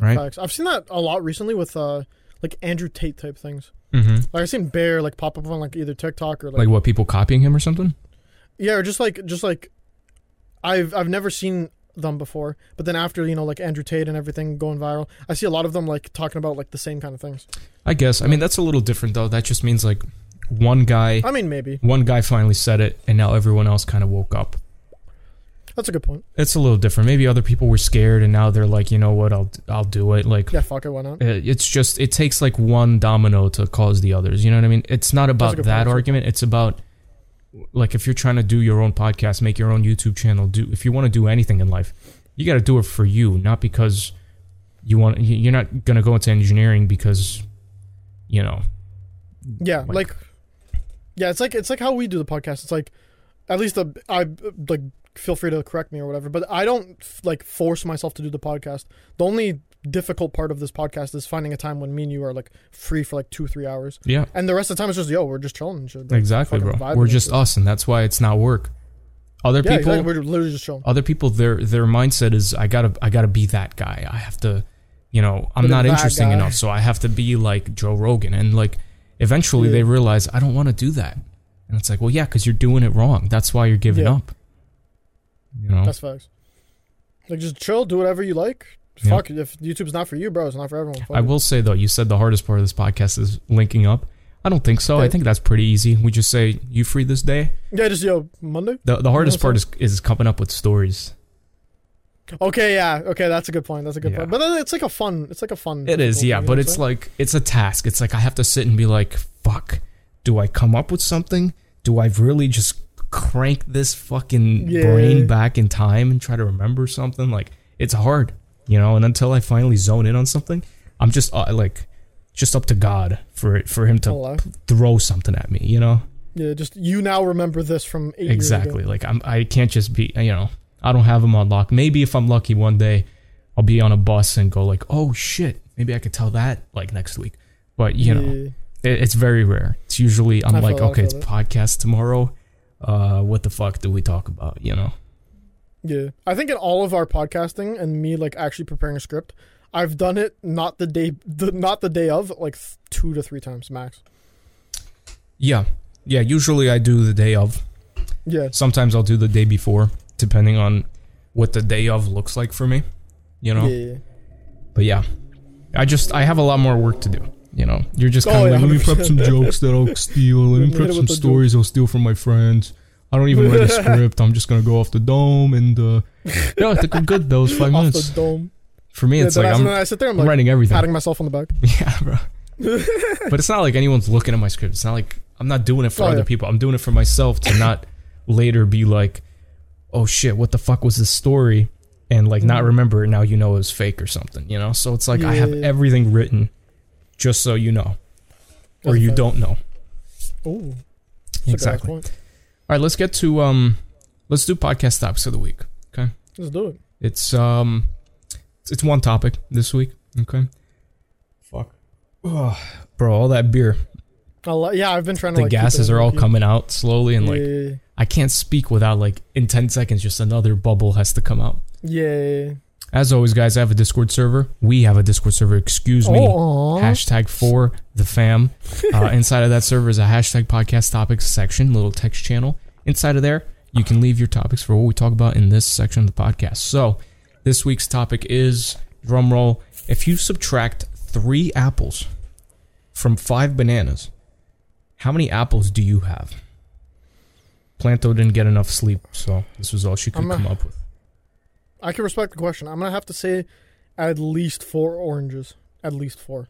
A: Right?
B: Facts. I've seen that a lot recently with uh, like Andrew Tate type things.
A: Mm-hmm.
B: Like I've seen Bear like pop up on like either TikTok or
A: Like what? People copying him or something?
B: Yeah, or just like just like I've I've never seen them before, but then after you know like Andrew Tate and everything going viral, I see a lot of them like talking about like the same kind of things.
A: I guess. I mean, that's a little different though. That just means like one guy,
B: I mean, maybe
A: one guy finally said it, and now everyone else kind of woke up.
B: that's a good point.
A: It's a little different. Maybe other people were scared, and now they're like, you know what? I'll I'll do it. Like,
B: Yeah, fuck it, why not?
A: it- it's just it takes like one domino to cause the others. You know what I mean? It's not about
B: a good
A: that
B: point.
A: argument. It's about like if you're trying to do your own podcast, make your own YouTube channel, do if you want to do anything in life, you got to do it for you, not because you want. you- You're not gonna go into engineering because you know
B: Yeah,
A: Like-
B: like, yeah, it's like it's like how we do the podcast. It's like at least the I like feel free to correct me or whatever, but I don't f- like force myself to do the podcast. The only difficult part of this podcast is finding a time when me and you are like free for like two three hours,
A: yeah.
B: and the rest of the time it's just yo, we're just chilling. And shit. Like,
A: Exactly,
B: fucking
A: bro.
B: vibing
A: We're
B: and
A: just
B: shit.
A: us, and that's why it's not work. Other
B: yeah,
A: people,
B: exactly, we're literally just chilling.
A: other people, their their mindset is, I gotta, I gotta be that guy. I have to, you know, I'm
B: Bit of
A: not
B: that
A: interesting
B: guy.
A: enough, so I have to be like Joe Rogan. And like, eventually,
B: Yeah.
A: they realize I don't want to do that. And it's like, well, yeah, because you're doing it wrong. That's why you're giving
B: Yeah.
A: up. You know,
B: That's facts. Like just chill, do whatever you like.
A: Yeah.
B: Fuck it. if YouTube's not for you, bro, it's not for everyone. Fuck
A: I
B: it.
A: will say though, you said the hardest part of this podcast is linking up. I don't think so. I
B: Okay.
A: think that's pretty easy. We just say you free this day.
B: Yeah, just yo Monday.
A: The the hardest
B: that's
A: part is is coming up with stories.
B: Okay, yeah, okay, that's a good point. That's a good
A: Yeah.
B: point. But then it's like a fun. It's like a fun.
A: It is,
B: difficult
A: yeah,
B: thing, you
A: but
B: know
A: it's
B: what
A: like it's a task. It's like I have to sit and be like, "Fuck, do I come up with something? Do I really just crank this fucking
B: Yeah.
A: brain back in time and try to remember something? Like it's hard, you know. And until I finally zone in on something, I'm just uh, like, just up to God for it for Him
B: I'm
A: to
B: saying? Hello.
A: throw something at me, you know.
B: Yeah, just you now remember this from eight years ago.
A: Exactly. Like I'm, I can't just be, you know, I don't have them on lock. Maybe if I'm lucky, one day I'll be on a bus and go like, "Oh shit, maybe I could tell that like next week." But you know,
B: Yeah.
A: it, it's very rare. It's usually I'm
B: I feel
A: like,
B: that, I
A: okay, it's
B: feel that.
A: podcast tomorrow. Uh, what the fuck do we talk about? You know,
B: Yeah, I think in all of our podcasting and me like actually preparing a script, I've done it not the day, the, not the day of, like th- two to three times max.
A: yeah, yeah. Usually I do the day of.
B: Yeah,
A: Sometimes I'll do the day before, depending on what the day of looks like for me. You know,
B: yeah.
A: But yeah, I just I have a lot more work to do. You know, you're just
B: Oh,
A: kind of
B: yeah,
A: like, let me prep some
B: 100%.
A: jokes that I'll steal. Let me
B: Hit it
A: prep
B: with
A: some
B: the joke.
A: stories I'll steal from my friends. I don't even read a script. I'm just gonna go off the dome and uh, no, I think I'm good. Those five
B: Off
A: minutes
B: the dome.
A: for me,
B: Yeah,
A: it's
B: then,
A: like
B: I,
A: I'm,
B: then I sit there. I'm
A: I'm
B: like
A: writing everything.
B: patting myself on the back.
A: Yeah, bro. but it's not like anyone's looking at my script. It's not like I'm not doing it for
B: Oh,
A: other
B: yeah.
A: people. I'm doing it for myself to not later be like, oh shit, what the fuck was this story? And like not
B: Mhm.
A: remember it now you know it was fake or something, you know? So it's like I have
B: Yeah.
A: everything written just so you know. Or
B: That's
A: you
B: fair.
A: don't know.
B: Ooh, that's a good ass
A: Exactly. All
B: point.
A: right, let's get to um let's do podcast topics of the week.
B: Let's do it.
A: It's um, it's- it's one topic this week. Okay. Fuck. Ugh, bro, all that beer.
B: I'll let- yeah, I've been trying to.
A: the
B: like, keep it
A: gases
B: in
A: are all
B: low-key.
A: coming out slowly and like
B: yeah,
A: I can't speak without like in 10 seconds just another bubble has to come out.
B: yeah.
A: As always guys, I have a Discord server. We have a Discord server, excuse me.
B: Oh, aw.
A: Hashtag for the fam. Uh, inside of that server is a hashtag podcast topics section, little text channel. Inside of there, you can leave your topics for what we talk about in this section of the podcast. So, this week's topic is drum roll. If you subtract three apples from five bananas, how many apples do you have? Planto didn't get enough sleep, so this was all she could
B: I'm a-
A: come up with.
B: I can respect the question. I'm gonna have to say, at least four oranges. At least four.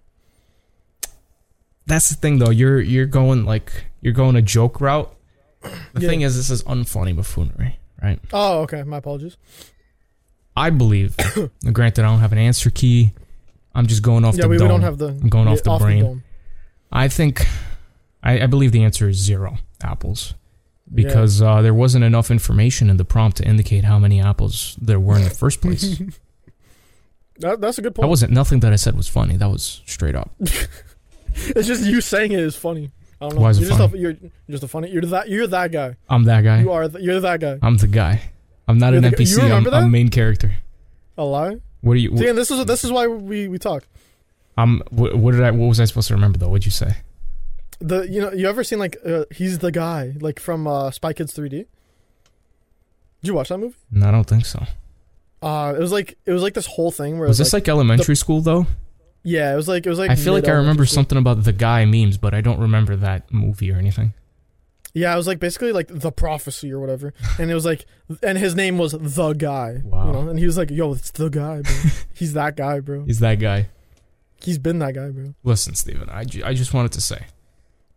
A: that's the thing though. You're you're going like you're going a joke route. The
B: Yeah.
A: thing is, this is unfunny buffoonery, right?
B: Oh, okay. My apologies.
A: I believe. now, granted, I don't have an answer key. I'm just going off
B: yeah,
A: the
B: we, we
A: dome.
B: don't have the.
A: I'm going off the brain.
B: dome.
A: I think, I, I believe the answer is zero apples,
B: Yeah.
A: because uh, there wasn't enough information in the prompt to indicate how many apples there were in the first place.
B: That, that's a good
A: that
B: point.
A: wasn't nothing that I said was funny. That was straight up.
B: it's just you saying it is funny. I don't know.
A: Why is it
B: you're just a, you're you're just a funny. You're that. You're that guy.
A: I'm that guy.
B: You are. Th- you're that guy.
A: I'm the guy. I'm not
B: You're
A: an
B: the guy- you
A: NPC. I'm,
B: remember that?
A: I'm main character.
B: A lie.
A: What do you?
B: See, and this is this is why we we talk.
A: I'm. What, what did I? What was I supposed to remember though? What'd you say?
B: The you know you ever seen like uh, he's the guy like from uh, Spy Kids 3D? Did you watch that movie?
A: No, I don't think so.
B: Uh, it was like it was like this whole thing where
A: Was
B: it was
A: this like elementary school though?
B: yeah, it was like it was like
A: I feel like I
B: mid-elementary
A: remember
B: school.
A: something about the guy memes, but I don't remember that movie or anything.
B: Yeah, it was like basically like the prophecy or whatever, and it was like and his name was the guy.
A: Wow.
B: You know? And he was like, "Yo, it's the guy, bro. he's that guy, bro.
A: Is that guy?
B: He's been that guy, bro."
A: Listen, Steven, I, ju- I just wanted to say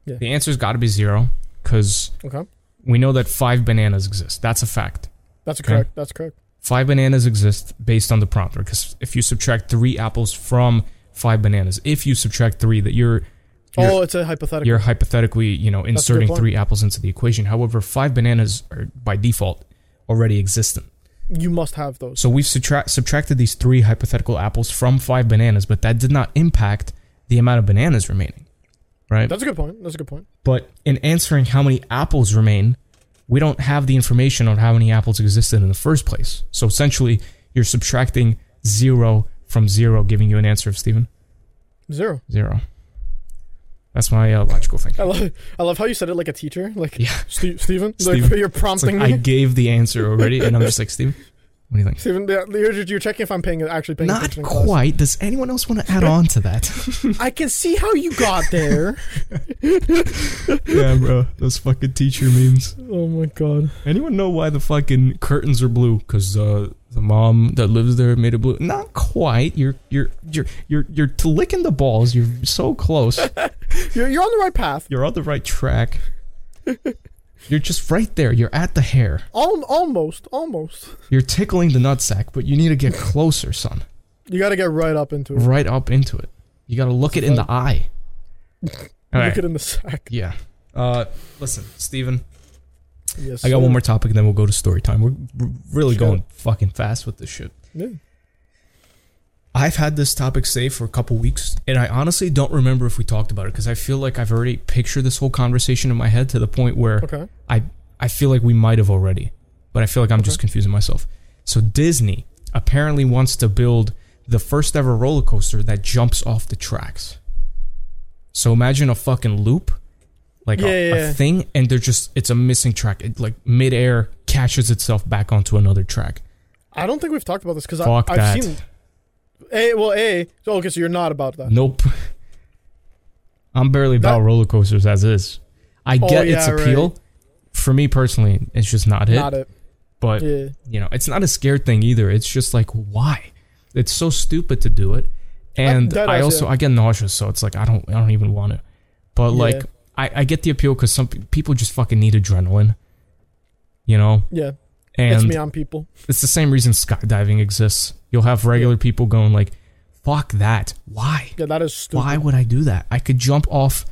B: Yeah.
A: the answer's got to be zero because
B: Okay,
A: we know that five bananas exist. That's a fact.
B: that's
A: Okay.
B: correct. That's correct.
A: Five bananas exist based on the prompter because if you subtract three apples from five bananas, if you subtract three, that you're You're-
B: oh, it's a hypothetical.
A: you're hypothetically, you know, inserting
B: point.
A: three apples into the equation. However, five bananas are by default already existent.
B: You must have those.
A: So we've subtra- subtracted these three hypothetical apples from five bananas, but that did not impact the amount of bananas remaining, right?
B: That's a good point. That's a good point.
A: but in answering how many apples remain, we don't have the information on how many apples existed in the first place. So essentially, you're subtracting zero from zero, giving you an answer of Stephen
B: Zero.
A: zero. That's my uh, logical
B: I
A: thinking.
B: love. I love how you said it like a teacher. Like
A: Yeah,
B: Ste- Steven,
A: Steven.
B: Like, you're
A: It's like
B: prompting
A: I
B: me.
A: gave the answer already, and I'm just like Stephen. What do you think?
B: Steven, yeah, you're, you're checking if I'm paying actually paying
A: Not
B: attention in class.
A: quite. Does anyone else want to add on to that?
B: I can see how you got there.
A: yeah, bro. Those fucking teacher memes.
B: oh my god.
A: Anyone know why the fucking curtains are blue? Cause uh, the mom that lives there made it blue. Not quite. You're you're you're you're you're t- licking the balls. You're so close.
B: You're, you're on the right path.
A: You're on the right track. You're just right there. You're at the hair.
B: Al- almost, almost.
A: You're tickling the nutsack, but you need to get closer, son.
B: You got to get right up into it.
A: Right up into it. You gotta look it in the eye. All
B: Look
A: right.
B: it in the sack.
A: Yeah. Uh, listen, Steven.
B: Yes.
A: I got
B: sir.
A: one more topic, and then we'll go to story time. We're r- really
B: Sure.
A: going fucking fast with this shit.
B: Yeah.
A: I've had this topic saved for a couple weeks, and I honestly don't remember if we talked about it because I feel like I've already pictured this whole conversation in my head to the point where
B: Okay.
A: I I feel like we might have already, but I feel like I'm just confusing myself. So Disney apparently wants to build the first ever roller coaster that jumps off the tracks. So imagine a fucking loop, like
B: Yeah,
A: a,
B: yeah,
A: a
B: yeah.
A: thing, and they're just it's a missing track. It like midair catches itself back onto another track.
B: I don't think we've talked about this because I've
A: Fuck that.
B: seen. A well, a. So, okay, so you're not about that.
A: Nope. I'm barely about
B: That-
A: roller coasters as is. I
B: Oh,
A: get its
B: yeah, right.
A: appeal. For me personally, it's just not it.
B: Not it.
A: but
B: Yeah.
A: you know, it's not a scared thing either. It's just like why? It's so stupid to do it. And
B: that
A: I
B: is,
A: also
B: yeah.
A: I get nauseous, so it's like I don't I don't even want to. But
B: Yeah.
A: like I, I get the appeal because some pe- people just fucking need adrenaline, you know.
B: Yeah.
A: And
B: it's me on people.
A: it's the same reason skydiving exists. You'll have regular people going like, "Fuck that! Why?
B: Yeah, that is stupid.
A: Why would I do that? I could jump off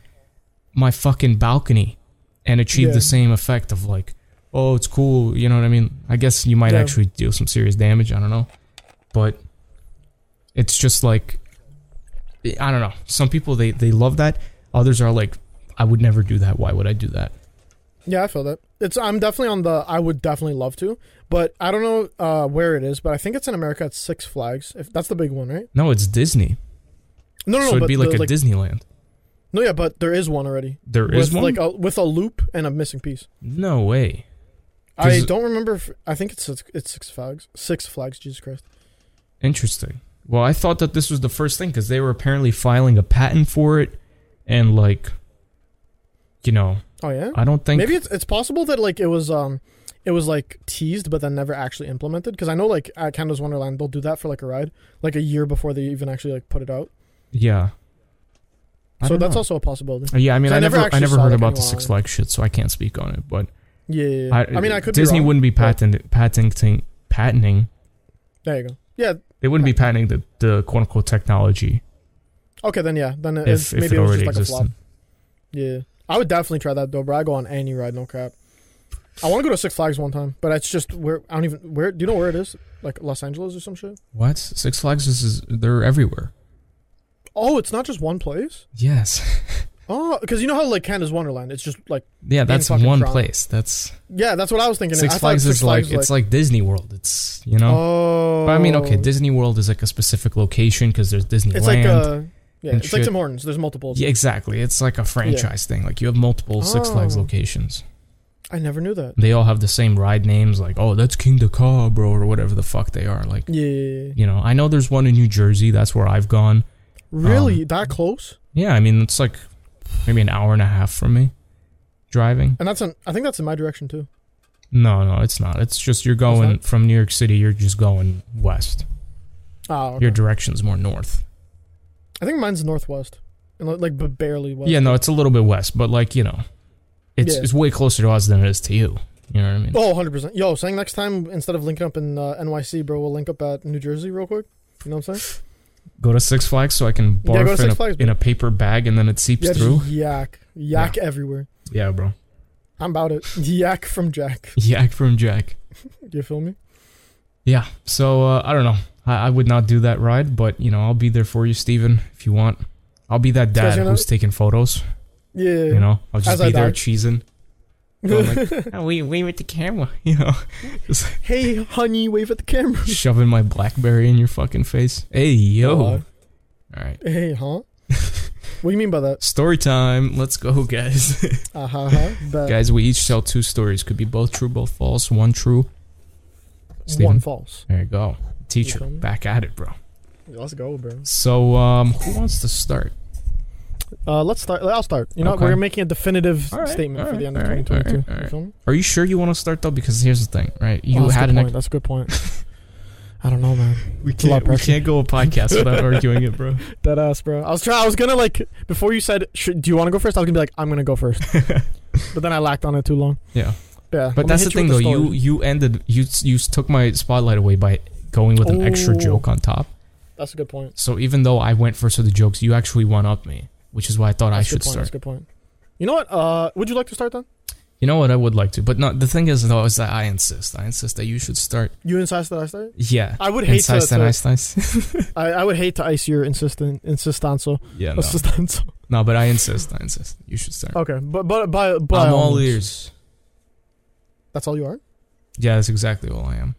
A: my fucking balcony and achieve
B: Yeah.
A: the same effect of like, oh, it's cool. You know what I mean? I guess you might
B: Yeah.
A: actually deal some serious damage. I don't know, but it's just like, I don't know. Some people they they love that. Others are like, I would never do that. Why would I do that?
B: Yeah, I feel that. It's I'm definitely on the I would definitely love to, but I don't know uh, where it is, but I think it's in America at Six Flags. If that's the big one, right?
A: No, it's Disney.
B: No, no,
A: so
B: no.
A: it'd
B: but
A: be like
B: the-
A: a Disneyland.
B: No, yeah, but there is one already.
A: There
B: with
A: is one.
B: like a, with a loop and a missing piece.
A: no way.
B: I
A: Does-
B: don't remember. If, I think it's it's Six Flags. Six Flags. Jesus Christ.
A: Interesting. Well, I thought that this was the first thing because they were apparently filing a patent for it, and like, you know,
B: Oh yeah.
A: I don't think
B: Maybe it's it's possible that like it was um it was like teased but then never actually implemented because I know like at Canada's Wonderland they'll do that for like a ride like a year before they even actually like put it out.
A: Yeah. I
B: So
A: don't
B: that's
A: know. Uh,
B: also a possibility.
A: Yeah, I mean,
B: 'Cause
A: I
B: I never
A: never, I
B: actually
A: never
B: saw,
A: heard
B: like,
A: about the
B: anyone
A: Six
B: on it.
A: Flags shit, so I can't speak on it. But
B: Yeah. yeah, yeah.
A: I,
B: I, mean I could
A: Disney
B: be wrong.
A: wouldn't be
B: but-
A: patent, patenting patenting.
B: There you go. Yeah.
A: They wouldn't be patenting the, the quote unquote technology
B: Okay. Then yeah. Then it,
A: if,
B: maybe
A: if it
B: it was
A: already
B: just like a flop.
A: existed.
B: Yeah. I would definitely try that though, bro. I go on any ride, no crap. I want to go to Six Flags one time, but it's just where I don't even where. Do you know where it is? Like Los Angeles or some shit.
A: What Six Flags is, is they're everywhere.
B: Oh, it's not just one place.
A: Yes,
B: Oh, because you know how like Canada's Wonderland, it's just like
A: yeah, that's
B: fucking
A: one
B: Toronto.
A: place. That's
B: yeah, that's what I was thinking. I
A: Six
B: thought
A: Flags
B: Six
A: is like,
B: Flags
A: it's like Disney World. It's you know,
B: oh,
A: but I mean, okay, Disney World is like a specific location because there's Disneyland.
B: It's like uh, yeah,
A: and
B: it's like
A: shit.
B: Tim Hortons. There's multiples.
A: yeah, exactly. It's like a franchise thing. Like you have multiple Six Flags
B: Oh.
A: locations.
B: I never knew that.
A: they all have the same ride names, like, oh, that's King Dakar, bro, or whatever the fuck they are. Like,
B: Yeah,
A: you know, I know there's one in New Jersey. That's where I've gone.
B: really,
A: Um,
B: that close?
A: Yeah, I mean, it's like maybe an hour and a half from me driving.
B: And that's an I think that's in my direction too.
A: No, no, it's not. It's just you're going from New York City, you're just going west.
B: Oh,
A: Your
B: okay.
A: direction's more north.
B: I think mine's northwest, and li- like but barely west.
A: Yeah, no, it's a little bit west, but like, you know, it's,
B: Yeah.
A: it's way closer to us than it is to you. You know what I mean?
B: Oh, 100%. Yo, saying next time, instead of linking up in uh, NYC, bro, we'll link up at New Jersey real quick. You know what I'm saying?
A: Go to Six Flags so I can
B: Yeah, go to
A: barf in,
B: Six
A: a,
B: Flags,
A: in a paper bag and then it seeps
B: Yeah,
A: through.
B: just yak. Yak everywhere.
A: Yeah, bro.
B: I'm about it. Yak from Jack.
A: Yak from Jack.
B: Do you feel me?
A: Yeah. So uh, I don't know. I, I would not do that ride, but you know, I'll be there for you, Steven, if you want. I'll be that dad
B: Especially now-
A: who's taking photos.
B: Yeah.
A: You know, I'll just
B: As
A: be
B: I
A: there
B: die.
A: cheesing. Going like, "Oh, we we with the camera, you know, just
B: hey, honey, wave at the camera.
A: shoving my BlackBerry in your fucking face. Hey yo. All right.
B: Hey, huh? what do you mean by that?
A: Story time. Let's go, guys.
B: Uh, ha, ha, that
A: guys, we each tell two stories. Could be both true, both false. One true.
B: one
A: Steven.
B: false.
A: There you go. Teacher,
B: feel me?
A: back at it, bro.
B: Let's go, bro.
A: So, um, who wants to start?
B: Uh, let's start. I'll start. You know, what?
A: Okay.
B: we're making a definitive
A: All right,
B: statement
A: all
B: for the
A: right,
B: end of
A: all right, all right,
B: 2022.
A: all right.
B: You feel me?
A: Are you sure you want to start though? Because here's the thing, right?
B: Oh,
A: You
B: that's a
A: had
B: good
A: an
B: point. That's a good point. I don't know, man.
A: we
B: It's a lot of
A: can't we
B: pressure.
A: can't go a podcast without arguing it, bro.
B: That ass, bro. I was trying. I was gonna like before you said, Should, "Do you want to go first? I was gonna be like, "I'm gonna go first. but then I lacked on it too long.
A: Yeah.
B: Yeah.
A: But that's the thing though. You you ended you s- you s- took my spotlight away by going with an extra
B: Oh.
A: joke on top.
B: That's a good point.
A: So even though I went first with the jokes, you actually one up me, which is why I thought I
B: That's a
A: should
B: good point. That's
A: start.
B: a good point. You know what? Uh, would you like to start then?
A: You know what? I would like to, but no. The thing is though, is that I insist. I insist that you should start.
B: You insist that I start.
A: Yeah.
B: I would hate to.
A: Insist and
B: to-
A: ice nice.
B: I, I would hate to ice your insistent insistanzo.
A: Yeah. No.
B: Assistanzo.
A: no, but I insist. I insist. You should start.
B: Okay, but but by by
A: I'm
B: all
A: all
B: means.
A: ears.
B: That's all you are.
A: Yeah, that's exactly all I am.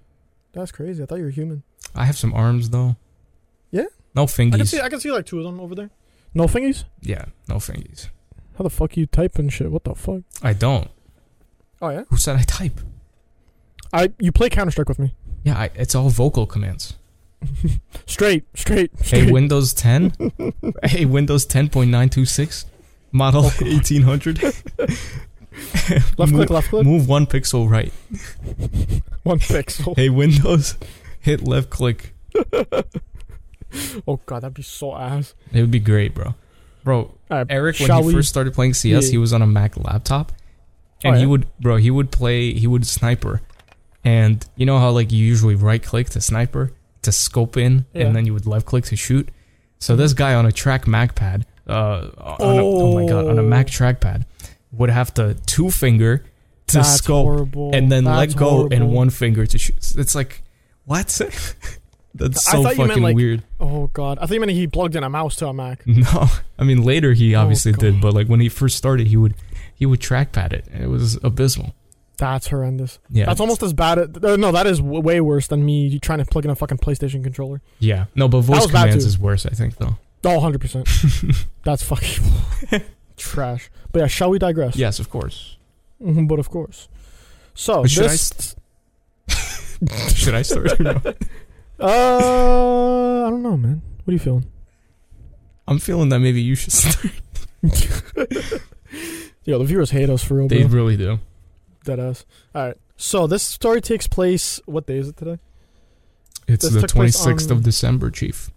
B: That's crazy. I thought you were human.
A: I have some arms though.
B: Yeah?
A: No
B: I can
A: fingies.
B: see. I can see like two of them over there. No fingies.
A: yeah, no fingies.
B: How the fuck you typing shit? What the fuck?
A: I don't.
B: Oh yeah.
A: Who said I type?
B: I you play Counter Strike with me.
A: Yeah, I, it's all vocal commands.
B: Straight, straight, straight.
A: Hey Windows 10. hey Windows 10.926 model 1800.
B: left
A: Mo-
B: click, left click.
A: Move one pixel right.
B: One pixel.
A: Hey Windows, hit left click.
B: Oh god, that'd be so ass.
A: It would be great, bro. Bro,
B: Alright,
A: Eric when
B: shall
A: he
B: we?
A: first started playing CS,
B: Yeah.
A: he was on a Mac laptop, and
B: Oh,
A: he
B: yeah.
A: would, bro, he would play, he would sniper, and you know how like you usually right click to sniper to scope in,
B: Yeah. Mm-hmm.
A: and then you would left click to shoot. So this guy on a track MacPad, uh, on a, oh my god, on a Mac
B: Oh.
A: trackpad, would have to two finger to
B: That's
A: scope
B: horrible.
A: and then let
B: That's
A: go and
B: horrible.
A: one finger to shoot. It's like what? That's
B: I
A: so
B: thought you
A: fucking
B: meant, like-
A: weird.
B: Oh god, I think meant he plugged in a mouse to a Mac.
A: No, I mean later he
B: Oh,
A: obviously did,
B: God.
A: but like when he first started, he would he would trackpad it, and it was abysmal.
B: That's horrendous.
A: Yeah,
B: That's almost as bad. At, uh, no, that is w- way worse than me trying to plug in a fucking PlayStation controller.
A: yeah. No, but voice
B: was bad,
A: commands
B: too.
A: is worse, I think, though.
B: Oh, 100 percent. That's fucking trash. But yeah, shall we digress?
A: Yes, of course.
B: Mhm, but of course. So
A: But should I
B: this,
A: Should I start? or no?
B: uh, I don't know, man. What are you feeling?
A: I'm feeling that maybe you should start.
B: Yo, the viewers hate us for real,
A: They
B: bro.
A: really do.
B: Dead ass. All right. So this story takes place. What day is it today?
A: It's
B: This
A: the
B: took place
A: 26th
B: on-
A: of December, Chief.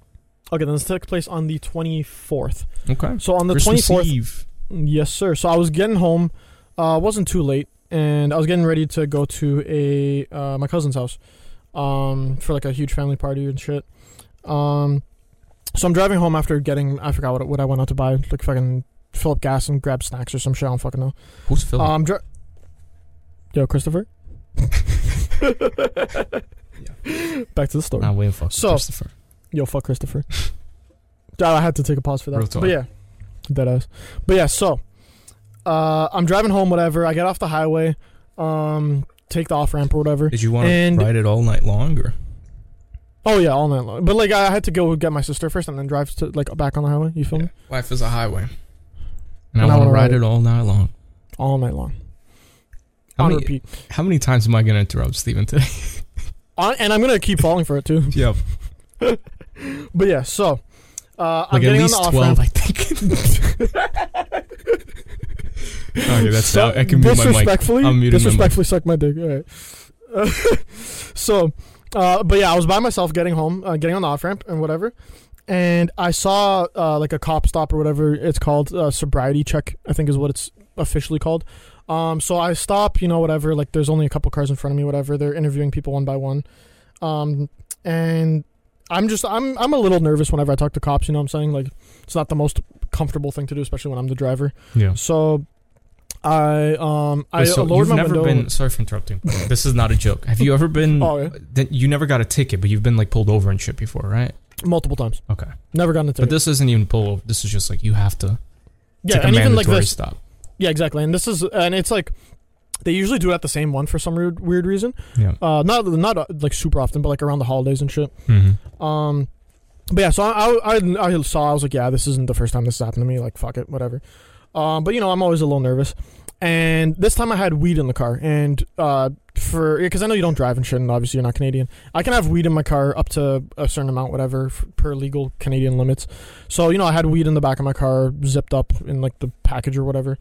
B: Okay, then this took place on the 24th.
A: Okay.
B: So on the
A: Christmas
B: 24th,
A: Eve.
B: Yes, sir. So I was getting home, uh, wasn't too late, and I was getting ready to go to a uh, my cousin's house, um, for like a huge family party and shit. Um, so I'm driving home after getting I forgot what what I went out to buy, like fucking fill up gas and grab snacks or some shit. I don't fucking know.
A: Who's Philip?
B: Um, dri- yo, Christopher. Back to the story.
A: Not Wayne Fox.
B: so-
A: Christopher.
B: Yo, fuck Christopher. Dad, I had to take a pause for
A: Real
B: that.
A: talk.
B: But yeah, dead ass. But yeah, so uh, I'm driving home. Whatever. I get off the highway. Um, take the off ramp or whatever.
A: Did you want to
B: and-
A: ride it all night long, or
B: Oh yeah, all night long. But like, I had to go get my sister first, and then drive to like back on the highway. You feel me?
A: life is a highway? And,
B: And I
A: I want to
B: wanna
A: ride
B: ride
A: it all night long.
B: All night long.
A: How
B: on
A: many,
B: repeat.
A: how many times am I going to interrupt Steven today?
B: On, and I'm gonna keep falling for it too.
A: yep.
B: But yeah, so uh, I'm
A: Like at
B: getting
A: least
B: on the off
A: twelve,
B: ramp.
A: I think. okay, that's
B: So-
A: I can mute my mic.
B: disrespectfully,
A: I'm muting my mic.
B: disrespectfully suck my dick. All right. so, uh, but yeah, I was by myself getting home, uh, getting on the off ramp and whatever, and I saw uh, like a cop stop or whatever it's called, uh, sobriety check, I think is what it's officially called. Um, so I stop, you know, whatever. Like, there's only a couple cars in front of me, whatever. They're interviewing people one by one, um, and I'm just I'm I'm a little nervous whenever I talk to cops. You know what I'm saying? Like, it's not the most comfortable thing to do, especially when I'm the driver.
A: Yeah.
B: So I um I
A: Wait, so
B: lowered
A: you've
B: my
A: never
B: window.
A: been. Sorry for interrupting. this is not a joke. Have you ever been?
B: Oh, yeah.
A: th- You never got a ticket, but you've been like pulled over and shit before, right?
B: multiple times.
A: Okay.
B: Never gotten a
A: But
B: ticket.
A: this isn't even pull over. This is just like you have to
B: yeah,
A: take a
B: and even
A: mandatory
B: like this.
A: stop.
B: Yeah, exactly. And this is and it's like they usually do it at the same one for some weird weird reason.
A: Yeah.
B: Uh, not not uh, like super often, but like around the holidays and shit.
A: Mm-hmm.
B: Um, but yeah, so I, I I saw I was like, yeah, this isn't the first time this has happened to me. Like, fuck it, whatever. Um, but you know, I'm always a little nervous. And this time I had weed in the car, and uh, for because I know you don't drive and shit, and obviously you're not Canadian. I can have weed in my car up to a certain amount, whatever f- per legal Canadian limits. So you know, I had weed in the back of my car, zipped up in like the package or whatever.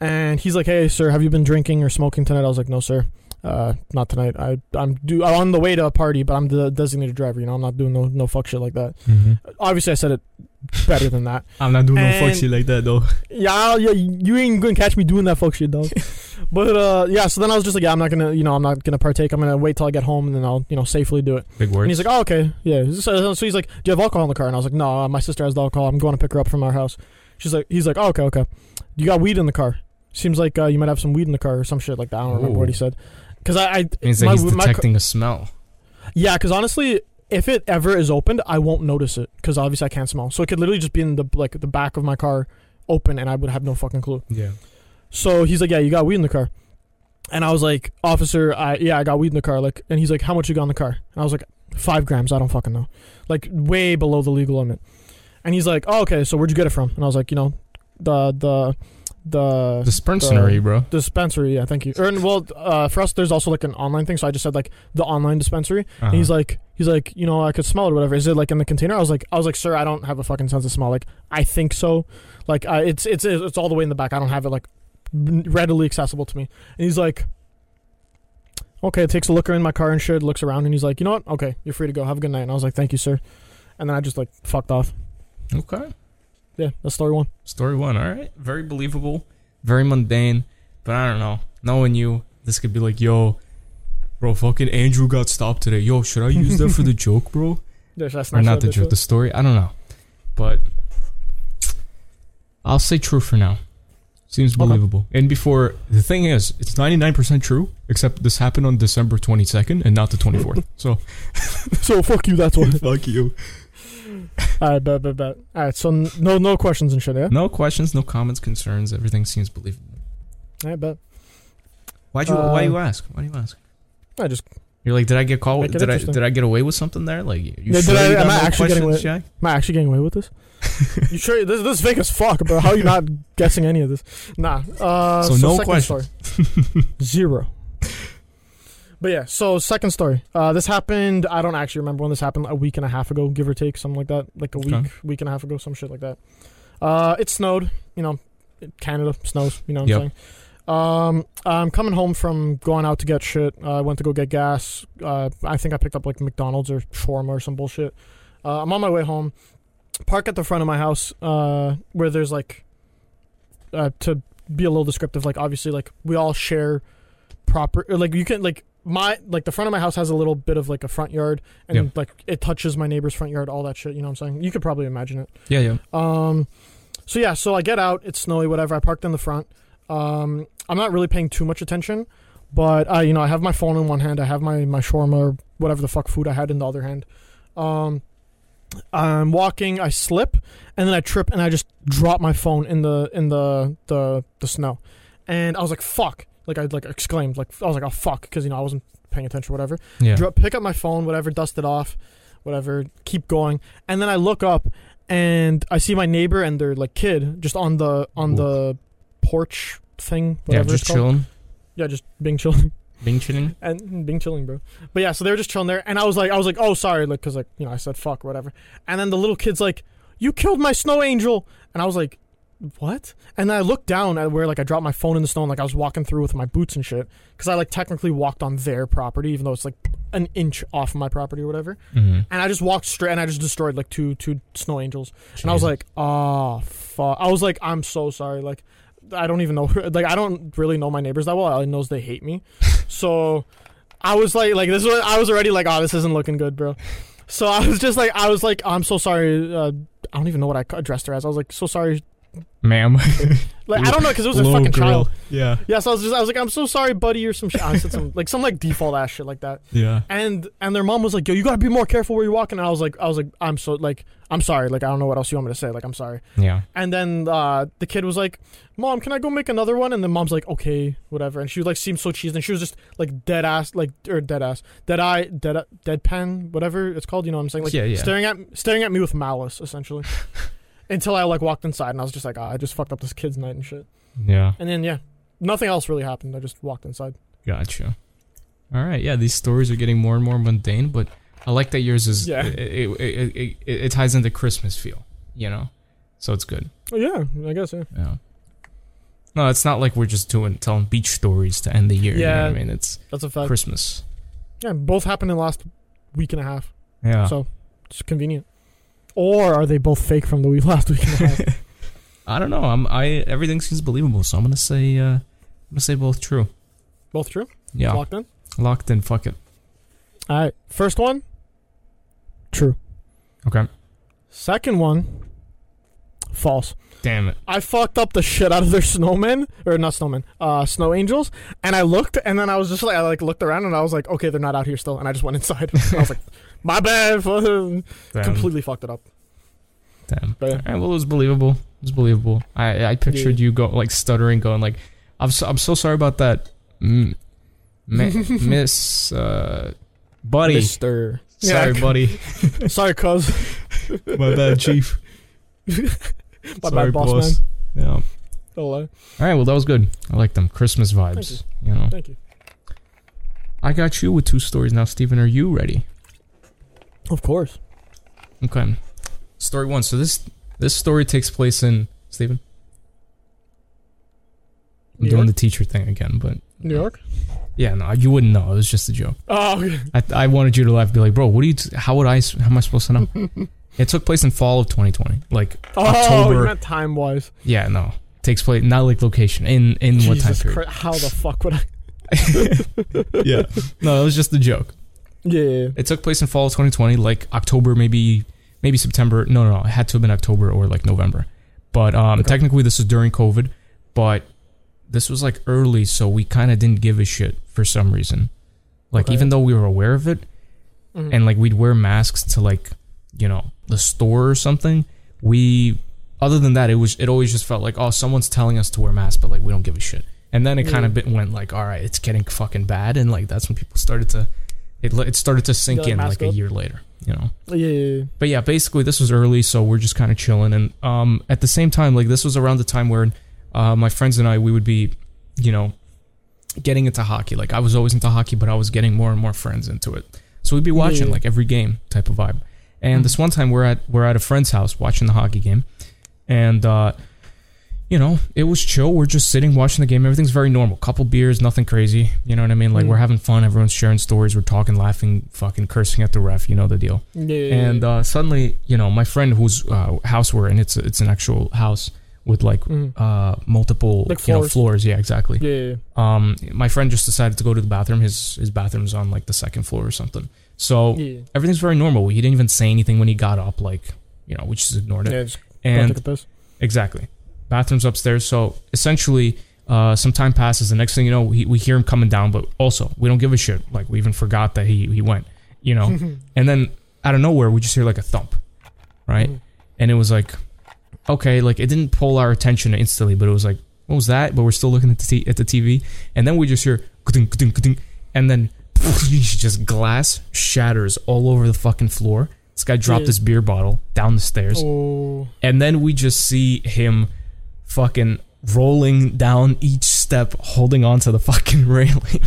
B: And he's like, "Hey, sir, have you been drinking or smoking tonight?" I was like, "No, sir." uh, not tonight. I I'm do I'm on the way to a party, but I'm the designated driver. You know, I'm not doing no no fuck shit like that.
A: Mm-hmm.
B: Obviously, I said it better than that.
A: I'm not doing no fuck
B: And-
A: shit like that though.
B: Yeah, yeah, you ain't gonna catch me doing that fuck shit, dog. but uh, yeah. So then I was just like, yeah, I'm not gonna, you know, I'm not gonna partake. I'm gonna wait till I get home, and then I'll, you know, safely do it.
A: Big
B: And
A: words.
B: he's like, oh, okay, yeah. So, so he's like, do you have alcohol in the car? And I was like, no, uh, my sister has the alcohol. I'm going to pick her up from our house. She's like, he's like, oh, okay, okay. You got weed in the car. Seems like uh, you might have some weed in the car or some shit like that. I don't remember
A: Ooh.
B: what he said. Because I, I
A: Means that he's
B: my- my car-
A: detecting a smell.
B: Yeah, because honestly, if it ever is opened, I won't notice it because obviously I can't smell. So it could literally just be in the like the back of my car, open, and I would have no fucking clue.
A: Yeah.
B: So he's like, "Yeah, you got weed in the car," and I was like, "Officer, I yeah, I got weed in the car." Like, and he's like, "How much you got in the car?" And I was like, five grams. I don't fucking know. Like, way below the legal limit." And he's like, "Oh, okay. So where'd you get it from?" And I was like, "You know, the the the."
A: The Spurnsonary, bro.
B: dispensary yeah thank you or, well uh, for us there's also like an online thing so i just said like the online dispensary
A: Uh-huh.
B: and he's like, he's like, you know, I could smell it or whatever. Is it like in the container? I was like, I was like, sir, I don't have a fucking sense of smell. Like, I think so. Like, I, it's it's it's all the way in the back. I don't have it like readily accessible to me. And he's like, okay, takes a looker in my car and shit, looks around, and he's like, you know what? Okay, you're free to go. Have a good night. And I was like, thank you, sir. And then I just like fucked off.
A: okay.
B: Yeah, that's story one.
A: Story one. All right. Very believable. Very mundane. But I don't know. Knowing you, this could be like, yo, bro, fucking Andrew got stopped today. Yo, should I use that for the joke, bro?
B: Yeah, should I snatch
A: Or not the
B: that bitch
A: joke,
B: up?
A: the story. I don't know. But I'll say true for now. Seems believable. And before the thing is, it's ninety nine percent true, except this happened on December twenty second and not the twenty fourth. so
B: So fuck you. That's what.
A: fuck you.
B: I bet, bet, bet. All right. So n- no, no questions and shit. Yeah.
A: No questions, no comments, concerns. Everything seems believable.
B: I bet.
A: Why'd you? why
B: Uh,
A: you ask? Why do you ask?
B: I just.
A: You're like, did I get caught?
B: Make it
A: Did I
B: interesting.
A: did I get away with something there? Like, you
B: Yeah,
A: sure
B: did
A: you
B: I-
A: got
B: am I
A: no
B: actually getting
A: questions, Jack?
B: Am I actually getting away with this? you sure? This this is fake as fuck. But how are you not guessing any of this? Nah. Uh,
A: So
B: so,
A: no
B: second
A: questions.
B: story. Zero. But yeah, so second story. Uh, this happened. I don't actually remember when this happened. A week and a half ago, give or take, something like that. Like a week,
A: Okay.
B: week and a half ago, some shit like that. Uh, it snowed. You know, Canada snows. You know what
A: Yep.
B: I'm saying. Um, I'm coming home from going out to get shit. Uh, I went to go get gas. Uh, I think I picked up like McDonald's or shawarma or some bullshit. Uh, I'm on my way home. Park at the front of my house uh, where there's like uh, to be a little descriptive. Like obviously, like we all share proper. Or, like you can like my like the front of my house has a little bit of like a front yard, and
A: Yeah.
B: like it touches my neighbor's front yard. All that shit. You know what I'm saying? You could probably imagine it.
A: Yeah, yeah.
B: Um, so yeah, so I get out. It's snowy, whatever. I parked in the front. Um, I'm not really paying too much attention, but I, you know, I have my phone in one hand. I have my my shawarma or whatever the fuck food I had in the other hand. Um, I'm walking. I slip, and then I trip, and I just drop my phone in the in the the the snow, and I was like, "Fuck!" Like I like exclaimed, like I was like, "Oh fuck," because you know I wasn't paying attention, or whatever
A: Yeah.
B: dro- pick up my phone, whatever, dust it off, whatever, keep going. And then I look up and I see my neighbor and their like kid just on the on
A: Ooh.
B: the porch thing,
A: yeah,
B: whatever
A: just
B: it's called.
A: chilling.
B: Yeah, just being chilling
A: Bing chilling.
B: and mm, being chilling, bro. But yeah, so they were just chilling there, and I was like, I was like, oh sorry, like, cause like you know I said fuck or whatever, and then the little kid's like, you killed my snow angel, and I was like, what? And then I looked down at where like I dropped my phone in the snow, and like I was walking through with my boots and shit, cause I like technically walked on their property, even though it's like an inch off my property or whatever,
A: Mm-hmm.
B: and I just walked straight, and I just destroyed like two two snow angels, and I was like, oh fuck, I was like, I'm so sorry, like. I don't even know. Like, I don't really know my neighbors that well. All I know is they hate me. So I was like, like this is what I was already like, oh, this isn't looking good, bro. So I was just like, I was like, I'm so sorry. Uh, I don't even know what I addressed her as. I was like, so sorry.
A: ma'am,
B: Like, I don't know because it was a
A: Little
B: fucking
A: girl.
B: child.
A: Yeah,
B: Yeah, so I was just, I was like, I'm so sorry, buddy, or some shit. I said some like some like default ass shit like that.
A: yeah.
B: And and their mom was like, yo, you gotta be more careful where you're walking. And I was like, I was like, I'm so like, I'm sorry. Like, I don't know what else you want me to say. Like, I'm sorry.
A: Yeah.
B: And then uh, the kid was like, "Mom, can I go make another one?" And the mom's like, "Okay, whatever." And she like seemed so cheesy, and she was just like dead ass, like or dead ass, dead eye, dead deadpan, whatever it's called. You know what I'm saying? Like
A: Yeah, yeah.
B: staring at staring at me with malice, essentially. Until I like walked inside, and I was just like, ah, "I just fucked up this kid's night and shit."
A: Yeah.
B: And then yeah, nothing else really happened. I just walked inside.
A: Gotcha. All right. Yeah, these stories are getting more and more mundane, but I like that yours is.
B: Yeah.
A: It, it, it, it, it ties into Christmas feel, you know, so it's good.
B: Oh yeah, I guess yeah.
A: Yeah. No, it's not like we're just doing telling beach stories to end the year. You know
B: Yeah. Uh,
A: what I mean, it's
B: That's a fact.
A: Christmas.
B: yeah, both happened in the last week and a half,
A: Yeah.
B: so it's convenient. Or are they both fake from the week last week and a half?
A: I don't know. I'm. I everything seems believable, so I'm gonna say. Uh, I'm gonna say both true.
B: both true?
A: Yeah.
B: Locked in?
A: Locked in. Fuck it.
B: All right. First one, true.
A: Okay.
B: Second one, false.
A: Damn it.
B: I fucked up the shit out of their snowmen or not snowmen, uh, snow angels. And I looked, and then I was just like, I like looked around, and I was like, okay, they're not out here still. And I just went inside. I was like, my bad,
A: Damn.
B: completely fucked it up.
A: Damn.
B: But-
A: All right, well, it was believable. It was believable. I I pictured you go like stuttering, going like, "I'm so, I'm so sorry about that, mm, ma- Miss uh, Buddy.
B: Mister.
A: Sorry,
B: Yeah.
A: buddy.
B: Sorry, cuz.
A: My bad, chief.
B: My bad, boss, man.
A: Yeah. All
B: Don't lie.
A: right. Well, that was good. I like them Christmas vibes. You know.
B: Thank you.
A: I got you with two stories now, Steven. Are you ready?
B: Of course.
A: Okay. Story one. So this this story takes place in Steven. I'm
B: New
A: doing
B: York?
A: the teacher thing again, but
B: New York?
A: Yeah, no, you wouldn't know. It was just a joke.
B: Oh, okay.
A: I, I wanted you to laugh, be like, bro, what do you? T- how would I? s- How am I supposed to know? it took place in fall of 2020. Like
B: oh
A: October.
B: you meant time wise.
A: yeah, no, takes place not like location in in what time
B: Jesus
A: period?
B: Christ. How the fuck would I?
A: yeah, no, it was just a joke.
B: Yeah, yeah, yeah.
A: It took place in fall of 2020, like October, maybe maybe September. No, no, no, it had to have been October or like November. But um,
B: Okay.
A: technically, this is during COVID. but this was like early, so we kind of didn't give a shit for some reason. Like
B: Okay.
A: even though we were aware of it,
B: Mhm.
A: and like we'd wear masks to like you know the store or something, we other than that it was it always just felt like oh someone's telling us to wear masks, but like we don't give a shit. And then it kind of bit went like all right, it's getting fucking bad, and like that's when people started to it le- it started to sink
B: like,
A: in
B: mask
A: like a
B: up?
A: year later, you know
B: Yeah, yeah, yeah.
A: but yeah, basically this was early, so we're just kind of chilling. And um, at the same time, like this was around the time where uh, my friends and I we would be, you know, getting into hockey. Like I was always into hockey, but I was getting more and more friends into it. So we'd be watching
B: yeah.
A: like every game type of vibe. And this one time we're at we're at a friend's house watching the hockey game, and uh, you know it was chill. We're just sitting watching the game. Everything's very normal. Couple beers, nothing crazy. You know what I mean? Like
B: Mhm.
A: we're having fun. Everyone's sharing stories. We're talking, laughing, fucking cursing at the ref. You know the deal.
B: yeah, yeah, yeah.
A: And uh, suddenly, you know, my friend whose uh, house we're in, it's it's an actual house with like
B: Mhm.
A: uh, multiple
B: Like
A: you know
B: floors.
A: floors. Yeah, exactly.
B: yeah, yeah, yeah.
A: Um, my friend just decided to go to the bathroom. His his bathroom's on like the second floor or something. So
B: yeah.
A: everything's very normal. He didn't even say anything when he got up. Like you know, we just ignored it.
B: yeah just and
A: and
B: take a piss.
A: exactly, bathrooms upstairs. So essentially. Uh, some time passes. The next thing you know, we, we hear him coming down, but also we don't give a shit. Like we even forgot that he, he went, you know. And then out of nowhere, we just hear like a thump, right?
B: Mhm.
A: And it was like, okay, like it didn't pull our attention instantly, but it was like, what was that? But we're still looking at the, t- at the TV. And then we just hear, ka-ding, ka-ding, ka-ding, and then just glass shatters all over the fucking floor. This guy dropped
B: Yeah.
A: his beer bottle down the stairs.
B: Oh,
A: And then we just see him fucking rolling down each step, holding onto the fucking railing.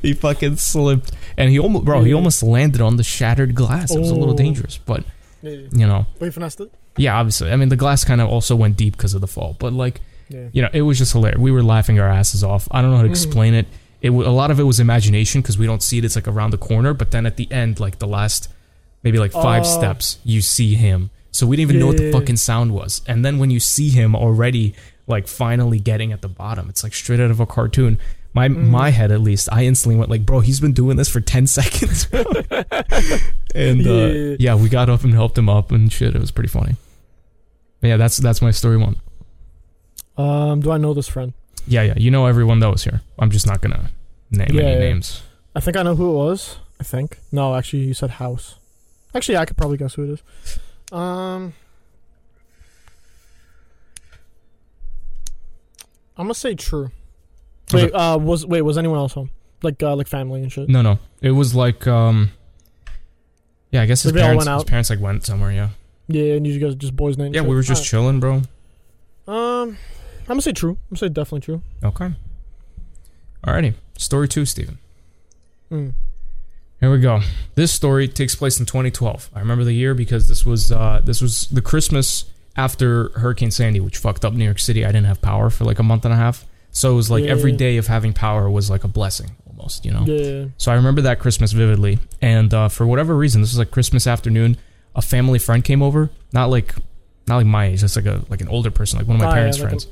A: he fucking slipped. And he almost, bro, he
B: Yeah.
A: almost landed on the shattered glass. It was a little
B: Mm-hmm. Oh.
A: dangerous, but,
B: yeah, yeah.
A: you know,
B: But you finessed it.
A: yeah, obviously. I mean, the glass kind of also went deep because of the fall, but like,
B: Yeah.
A: you know, it was just hilarious. We were laughing our asses off. I don't know how to
B: Mhm.
A: explain it. It wa- a lot of it was imagination because we don't see it. It's like around the corner, but then at the end, like the last maybe like five
B: Oh.
A: steps, you see him. So we didn't even know what the
B: Yeah.
A: fucking sound was. And then when you see him already, like finally getting at the bottom, it's like straight out of a cartoon. My
B: Mm-hmm.
A: my head, at least, I instantly went like, "Bro, he's been doing this for ten seconds." and uh,
B: Yeah.
A: yeah, we got up and helped him up and shit. It was pretty funny. But yeah, that's that's my story one.
B: Um, do I know this friend?
A: Yeah, yeah. You know everyone that was here. I'm just not gonna name
B: Yeah,
A: any
B: yeah.
A: names.
B: I think I know who it was. I think. No, actually, you said house. Actually, I could probably guess who it is. Um, I'm gonna say true.
A: Was Mm.
B: Wait, uh, was wait was anyone else home? Like uh, like family and shit.
A: No, no. It was like um Yeah, I guess his
B: Like, they all
A: parents
B: went
A: his
B: out.
A: parents like went somewhere, yeah.
B: Yeah, and you guys just boys' names.
A: Yeah, we were just chilling, bro.
B: um, I'm gonna say true. I'm gonna say definitely true.
A: Okay. Alrighty. Story two, Steven.
B: Mm.
A: Here we go. This story takes place in 2012. I remember the year because this was uh, this was the Christmas after Hurricane Sandy, which fucked up New York City. I didn't have power for like a month and a half, so it was like
B: Yeah.
A: every day of having power was like a blessing almost, you know.
B: Yeah.
A: So I remember that Christmas vividly. And uh, for whatever reason, this was like Christmas afternoon. A family friend came over, not like not like my age, just like a like an older person, like one of my
B: Ah, yeah,
A: parents'
B: like a-
A: friends.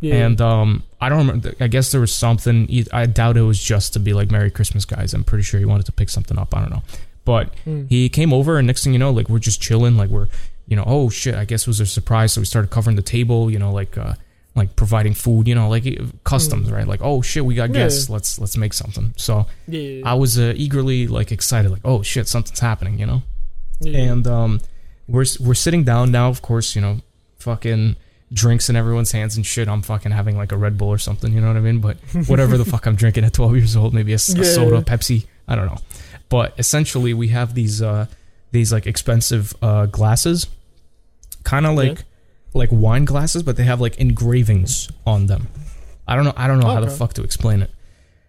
B: Yeah.
A: And um, I don't remember. I guess there was something. e- I doubt it was just to be like "Merry Christmas, guys." I'm pretty sure he wanted to pick something up. I don't know, but
B: Mm.
A: he came over, and next thing you know, like we're just chilling, like we're, you know, oh shit, I guess it was a surprise. So we started covering the table, you know, like uh, like providing food, you know, like eh, customs, right? Like oh shit, we got
B: Yeah.
A: guests. Let's let's make something. So
B: yeah.
A: I was uh, eagerly like excited, like oh shit, something's happening, you know.
B: yeah.
A: And um, we're s- we're sitting down now, of course, you know, fucking drinks in everyone's hands and shit. I'm fucking having like a Red Bull or something, you know what I mean? But whatever the fuck I'm drinking at 12 years old, maybe a, s- a
B: Yeah.
A: soda, Pepsi, I don't know. But essentially, we have these uh these like expensive uh glasses, kind of
B: Yeah.
A: like like wine glasses, but they have like engravings on them. I don't know. I don't know how the
B: Okay.
A: fuck to explain it.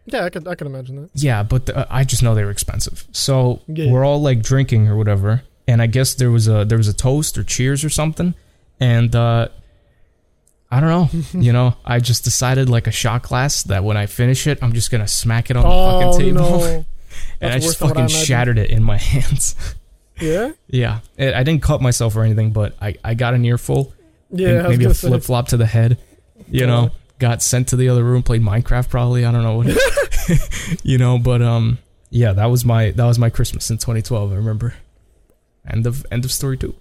B: yeah, I could I could imagine that.
A: Yeah, but uh, I just know they were expensive. So
B: Yeah.
A: we're all like drinking or whatever, and I guess there was a there was a toast or cheers or something, and uh, I don't know. you know, I just decided like a shot glass that when I finish it, I'm just gonna smack it on the
B: Oh
A: fucking table,
B: no.
A: and
B: That's
A: I just
B: worse than what I
A: fucking
B: imagined.
A: shattered it in my hands.
B: Yeah.
A: yeah, it, I didn't cut myself or anything, but I I got an earful,
B: Yeah.
A: and
B: I was
A: maybe a
B: gonna say.
A: flip flop to the head. You know,
B: Yeah.
A: got sent to the other room, played Minecraft probably. I don't know what, you know, but um, yeah, that was my that was my Christmas in 2012. I remember. End of end of story two.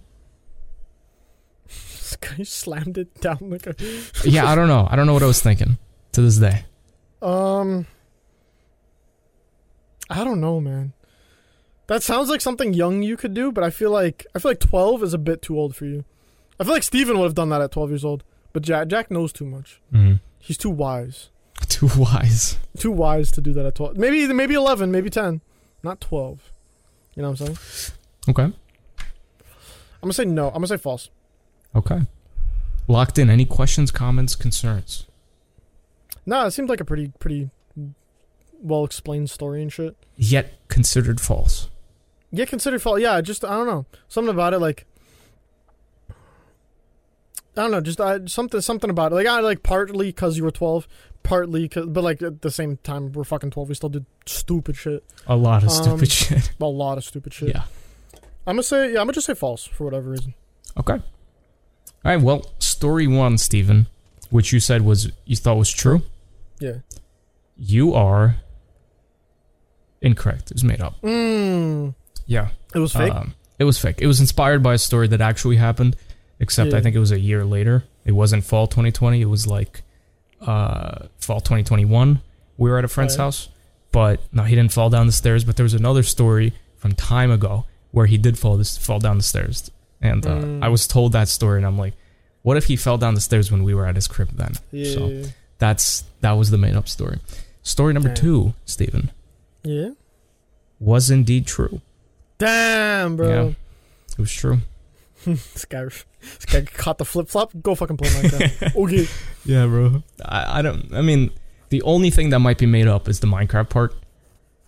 B: guy slammed it down like a.
A: yeah, I don't know. I don't know what I was thinking to this day.
B: Um, I don't know, man. That sounds like something young you could do, but I feel like I feel like twelve is a bit too old for you. I feel like Steven would have done that at twelve years old, but Jack Jack knows too much.
A: Mm.
B: He's too wise,
A: Too wise.
B: too wise to do that at twelve. Maybe maybe eleven, maybe ten, not twelve. You know what I'm saying?
A: Okay.
B: I'm gonna say no. I'm gonna say false.
A: Okay. Locked in. Any questions, comments, concerns?
B: Nah, it seemed like a pretty pretty well explained story and shit.
A: Yet considered false.
B: Yeah, considered false. Yeah, just I don't know something about it. Like I don't know, just I, something something about it. Like I like partly because you were twelve, partly 'cause- but like at the same time we're fucking twelve. We still did stupid shit,
A: A lot of
B: Um,
A: stupid shit.
B: a lot of stupid shit.
A: Yeah.
B: I'm gonna say yeah, I'm gonna just say false for whatever reason.
A: Okay. All right. Well, story one, Stephen, which you said was you thought was true.
B: Yeah.
A: You are incorrect. It was made up.
B: Mm,
A: Yeah.
B: it was fake.
A: Um, it was fake. It was inspired by a story that actually happened, except
B: Yeah.
A: I think it was a year later. It wasn't fall 2020. It was like uh, fall 2021. We were at a friend's
B: Right.
A: house, but no, he didn't fall down the stairs. But there was another story from time ago where he did fall this fall down the stairs, and uh,
B: Mm.
A: I was told that story, and I'm like, what if he fell down the stairs when we were at his crib then?
B: yeah,
A: so- That's that was the made up story. Story number
B: Yeah.
A: two, Stephen,
B: yeah.
A: was indeed true.
B: Damn, bro.
A: It was true.
B: this guy, this guy caught the flip flop. Go fucking play Minecraft. okay.
A: Yeah, bro. I, I don't. I mean, the only thing that might be made up is the Minecraft part.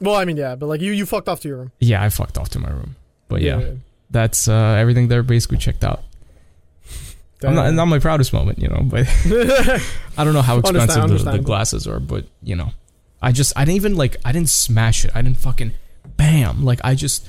B: Well, I mean, yeah, but like you, you fucked off to your room.
A: Yeah, I fucked off to my room. But yeah, that's uh, everything there basically checked out. I'm not, not my proudest moment, you know, but
B: Damn.
A: I don't know how
B: Understand-
A: expensive the, the
B: understandable.
A: glasses are, but you know, I just, I didn't even like, I didn't smash it. I didn't fucking bam. Like, I just,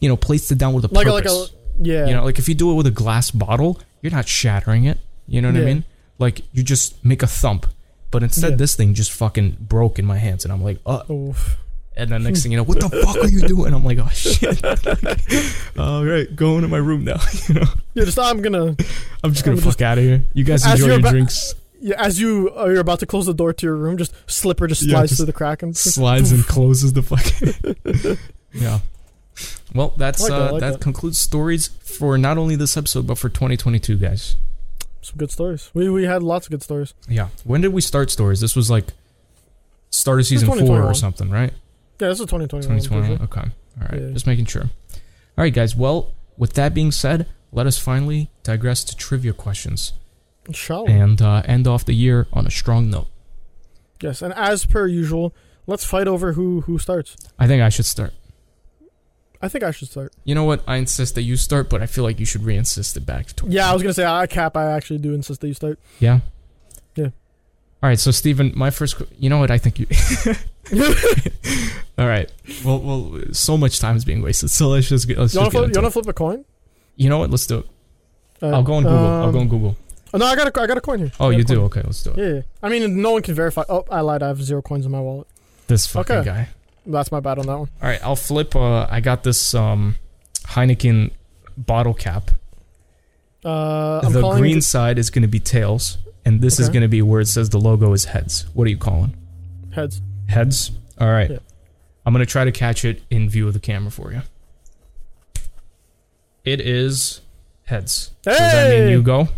A: you know, placed it down with a
B: like a, like
A: purpose.
B: a yeah.
A: You know, like if you do it with a glass bottle, you're not shattering it. You know what I
B: Yeah.
A: mean? Like you just make a thump. But instead,
B: Yeah.
A: this thing just fucking broke in my hands, and I'm like, uh,
B: Oof.
A: And then next thing you know, what the fuck are you doing? I'm like, oh shit. Like, All right, going to my room now. You know,
B: Yeah, just I'm gonna.
A: I'm just gonna
B: I'm
A: fuck out of here. You guys
B: As
A: enjoy
B: you're
A: your
B: ba-
A: drinks,
B: Yeah, as you uh, you're about to close the door to your room, just slipper just
A: Yeah,
B: slides
A: just
B: through the crack and
A: slides and closes the fucking. yeah. Well, that's
B: I like that, I
A: uh,
B: like
A: that
B: that.
A: concludes stories for not only this episode but for 2022, guys.
B: some good stories. We we had lots of good stories.
A: Yeah. When did we start stories? This was like start of season four
B: 2021.
A: or something, right?
B: Yeah, this is 2021.
A: 2020. Okay. All right.
B: Yeah.
A: Just making sure. All right, guys. Well, with that being said, let us finally digress to trivia questions
B: Inshallah.
A: and uh, end off the year on a strong note.
B: Yes, and as per usual, let's fight over who who starts.
A: I think I should start.
B: I think I should start.
A: You know what? I insist that you start, but I feel like you should re-insist it back. To
B: Yeah, I was gonna say I cap. I actually do insist that you start.
A: Yeah.
B: Yeah.
A: All right. So, Stephen, my first. qu- You know what? I think you. All right. Well, well, so much time is being wasted. So let's just get. Let's just
B: You wanna,
A: get
B: flip, you
A: into
B: wanna
A: it.
B: flip a coin?
A: You know what? Let's do it.
B: Uh,
A: I'll go on Google. I'll
B: um,
A: go on Google.
B: oh, no, I got a, I got a coin here.
A: Oh,
B: I got a
A: you
B: coin.
A: do? Okay, let's do it.
B: Yeah, yeah. I mean, no one can verify. Oh, I lied. I have zero coins in my wallet.
A: This fucking
B: Okay.
A: guy.
B: That's my bad on that one.
A: All right, I'll flip. Uh, I got this um, Heineken bottle cap.
B: Uh, I'm
A: the
B: calling
A: green side is going to be tails, and this is
B: Okay.
A: going to be where it says the logo is heads. What are you calling?
B: heads.
A: Heads. All right.
B: Yeah.
A: I'm going to try to catch it in view of the camera for you. It is heads. Does that mean
B: Hey!
A: you go?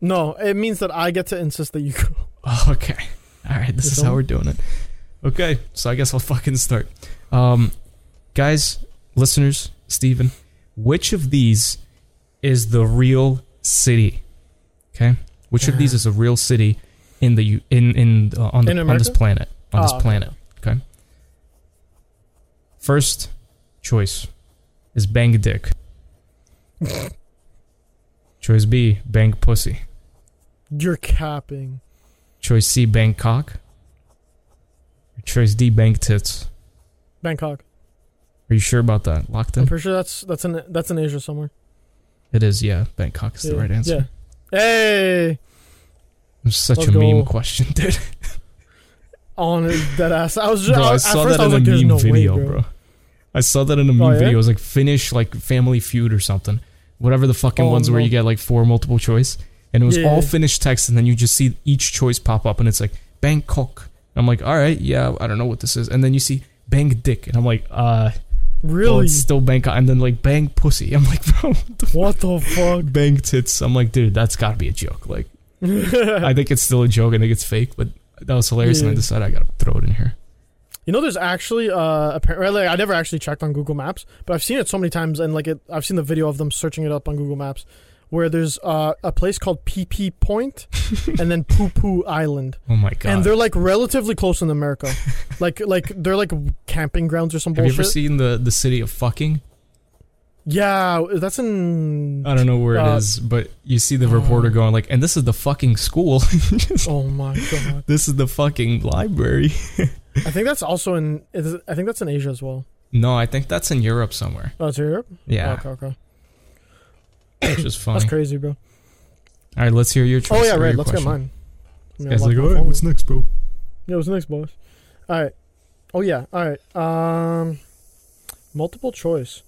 B: No, it means that I get to insist that you go.
A: Oh, okay. All right. This
B: You
A: is how
B: don't?
A: we're doing it. Okay. So I guess I'll fucking start. Um, guys, listeners, Steven, which of these is the real city? Okay. Which of these is a real city in the U- in in uh, on the,
B: Uh-huh. In
A: on this
B: America?
A: planet on
B: Ah,
A: this
B: okay.
A: planet? Okay. First choice is bang a dick. choice B, bang pussy.
B: You're capping.
A: Choice C, bank cock. Or choice D, bank tits.
B: Bangkok.
A: Are you sure about that? Locked
B: I'm
A: in?
B: pretty sure that's that's in that's in Asia somewhere.
A: It is, yeah. Bank cock is the
B: Yeah,
A: right answer.
B: Yeah. Hey,
A: It was such
B: Let's
A: a meme
B: go.
A: question, dude.
B: on dead ass. I was just,
A: bro,
B: I,
A: I
B: at
A: saw
B: first
A: that
B: I was
A: in
B: like,
A: a
B: there's
A: meme
B: no
A: video,
B: way, Oh,
A: bro. I saw that in a meme
B: yeah?
A: video. It was like Finnish, like Family Feud or something. whatever the fucking
B: Oh,
A: ones where
B: no.
A: you get like four multiple choice, and it was
B: Yeah.
A: all finished text, and then you just see each choice pop up, and it's like Bangkok. And I'm like, all right, yeah, I don't know what this is, and then you see Bang Dick, and I'm like, uh, well,
B: Really?
A: it's still Bangkok, and then like Bang Pussy. I'm like, bro, what the
B: what the fuck?
A: fuck? Bang Tits. I'm like, dude, that's got to be a joke. Like, I think it's still a joke. I think it's fake, but that was hilarious, and I
B: Uh-huh. Yeah.
A: decided I gotta throw it in here.
B: You know, there's actually uh, apparently I never actually checked on Google Maps, but I've seen it so many times, and like it, I've seen the video of them searching it up on Google Maps, where there's uh, a place called PP Point, and then Poo Poo Island,
A: Oh my god.
B: and they're like relatively close in America, like like they're like camping grounds or some
A: Have you
B: bullshit.
A: ever seen the the city of fucking?
B: yeah, that's in.
A: I don't know where
B: Uh,
A: it is, but you see the reporter
B: uh,
A: going like, "And this is the fucking school.
B: oh my god!
A: this is the fucking library."
B: I think that's also in. Is, it- I think that's in Asia as well.
A: No, I think that's in Europe somewhere.
B: Oh, it's in Europe.
A: Yeah,
B: Okay, okay.
A: which is funny.
B: That's crazy, bro.
A: All right, let's hear your.
B: Oh
A: choice
B: yeah,
A: or
B: right.
A: your
B: Let's get
A: question.
B: mine. Yeah,
A: Guys,
B: lock
A: like,
B: my
A: "All right,
B: phone.
A: what's next, bro?
B: Yeah, what's next, boss? All right. Oh yeah. All right. Um, multiple choice.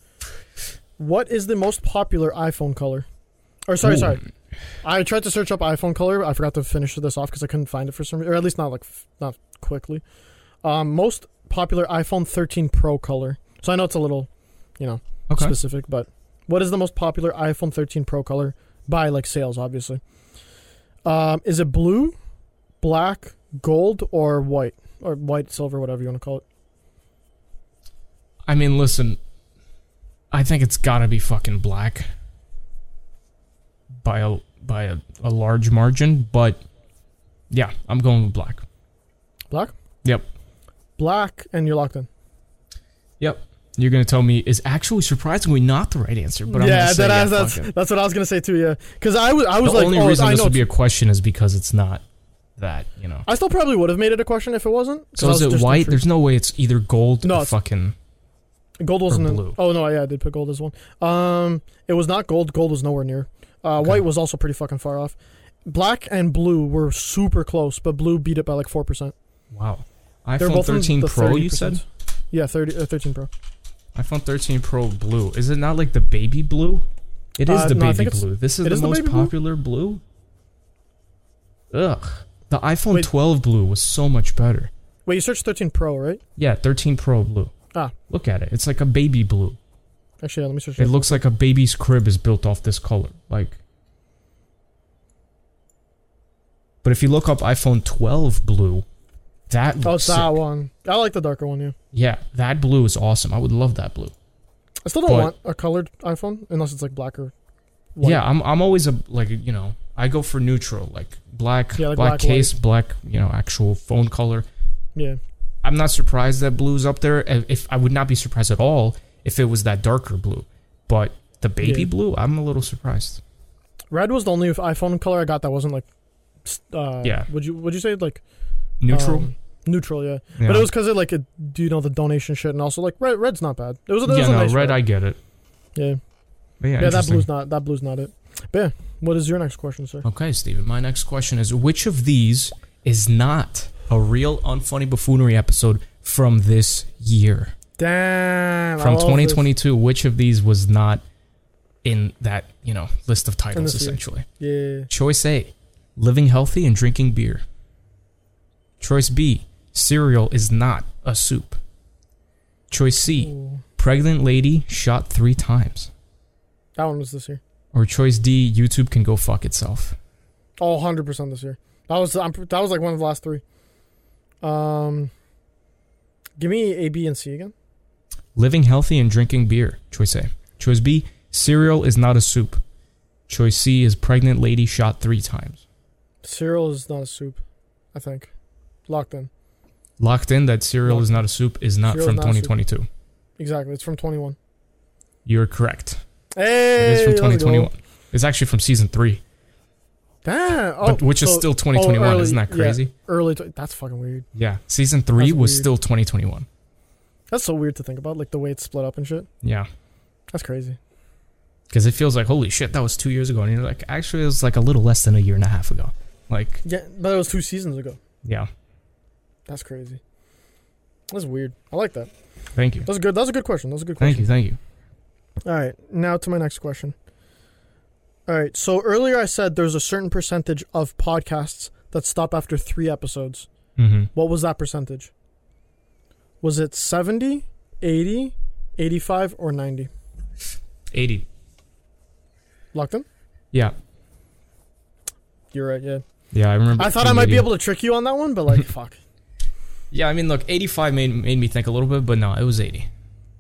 B: What is the most popular iPhone color? Or sorry,
A: Ooh.
B: sorry. I tried to search up iPhone color. I forgot to finish this off because I couldn't find it for some reason, or at least not like f- not quickly. Um, most popular iPhone 13 Pro color. So I know it's a little
A: Okay.
B: specific, but what is the most popular iPhone 13 Pro color by like sales? Obviously, um, is it blue, black, gold, or white, or white, silver, whatever you want to call it?
A: I mean, listen, I think it's gotta be fucking black by a by a, a large margin, but yeah, I'm going with black.
B: Black, and you're locked in.
A: You're gonna tell me is actually surprisingly not the right answer, but I'm
B: yeah,
A: gonna say,
B: that-
A: yeah, fuck
B: that's
A: it.
B: that's, that's what I was gonna say too. Yeah, because I was I was
A: the
B: like,
A: only
B: oh,
A: reason
B: I
A: this
B: know.
A: would be a
B: it's-
A: question is because it's not that, you know.
B: I still probably would have made it a question if it wasn't. 'cause
A: So
B: I
A: is
B: was
A: it
B: just
A: white?
B: intrigued.
A: There's no way it's either gold
B: No,
A: or
B: it's-
A: fucking.
B: Gold wasn't in-
A: blue?
B: Oh no, yeah, I did put gold as one. Um, it was not gold. Gold was nowhere near. Uh,
A: Okay.
B: White was also pretty fucking far off. Black and blue were super close, but blue beat it by like four percent.
A: Wow.
B: They're
A: iPhone
B: both in
A: 13
B: the
A: Pro, you
B: 30%.
A: said?
B: Yeah, 30, uh, 13 Pro.
A: iPhone 13 Pro blue. Is it not like the baby blue? It is
B: Uh,
A: the
B: no, I
A: baby
B: think it's-
A: blue. This is
B: it
A: the
B: is the
A: most
B: baby blue?
A: popular blue? Ugh. The iPhone
B: Wait.
A: 12 blue was so much better.
B: Wait, you searched 13 Pro, right?
A: Yeah, 13 Pro blue.
B: Ah.
A: Look at it. It's like a baby blue.
B: Actually, yeah, let me search.
A: It
B: It
A: looks like a baby's crib is built off this color. Like But if you look up iPhone 12 blue, that
B: oh,
A: looks
B: it's
A: sick.
B: that one. I like the darker one. Yeah,
A: Yeah, that blue is awesome. I would love that blue.
B: I still don't
A: But-
B: want a colored iPhone unless it's like black or. White.
A: Yeah, I'm I'm always a like you know I go for neutral like black
B: Yeah, like
A: black,
B: black,
A: case black you know actual phone color.
B: yeah.
A: I'm not surprised that blue's up there. If if- I would not be surprised at all if it was that darker blue, but the baby
B: Yeah.
A: blue, I'm a little surprised.
B: Red was the only iPhone color I got that wasn't like. s- Uh,
A: Yeah.
B: Would you Would you say like
A: Neutral,
B: um, neutral, yeah.
A: yeah.
B: But it was because of like, a, do you know the donation shit, and also like red, red's not bad. It was, it was
A: yeah,
B: a
A: no,
B: nice
A: red. I get it.
B: Yeah,
A: But yeah,
B: yeah, that
A: interesting.
B: blue's not that blue's not it. But yeah, what is your next question, sir?
A: Okay, Steven, my next question is which of these is not a real unfunny buffoonery episode from this year?
B: Damn, I
A: From
B: love this.
A: 2022, which of these was not in that, you know, list of titles
B: this year.
A: essentially?
B: Yeah,
A: Choice A, living healthy and drinking beer. Choice B, cereal is not a soup. Choice C,
B: Ooh.
A: pregnant lady shot 3 times.
B: that one was this year.
A: Or choice D, YouTube can go fuck itself.
B: Oh, 100 percent this year. That was I'm, that was like one of the last three. Um, give me A, B, and C again.
A: Living healthy and drinking beer. Choice A. Choice B. Cereal is not a soup. Choice C is pregnant lady shot three times.
B: Cereal is not a soup, I think. Locked in.
A: Locked in that cereal is not a soup is not
B: Cereal
A: from
B: is not a soup.
A: 2022.
B: Exactly, it's from 21.
A: You're correct. it
B: Hey,
A: is from
B: let's go.
A: 2021. It's actually from season three,
B: Damn, oh,
A: but which is
B: so
A: still 2021.
B: early-
A: Isn't that
B: yeah.
A: crazy?
B: early. Tw- that's fucking weird.
A: Yeah. Season three
B: That's
A: was
B: weird.
A: still 2021.
B: That's so weird to think about, like the way it's split up and shit.
A: Yeah.
B: That's crazy.
A: Because it feels like, holy shit, that was two years ago. And you're like, actually, it was like a little less than a year and a half ago. Like,
B: Yeah, but it was two seasons ago.
A: yeah.
B: That's crazy. That's weird. I like that.
A: Thank you.
B: That's a good. That's a good question. That's a good
A: Thank you.
B: question.
A: Thank you.
B: All right, now to my next question. All right. So earlier I said there's a certain percentage of podcasts that stop after three episodes.
A: Mm-hmm.
B: What was that percentage? Was it 70, 80, 85, or 90?
A: 80.
B: Locked in?
A: Yeah.
B: You're right, yeah.
A: Yeah, I remember.
B: I thought I might be able to trick you on that one, but like, fuck.
A: Yeah, I mean, look, 85 made, made me think a little bit, but no, it was 80.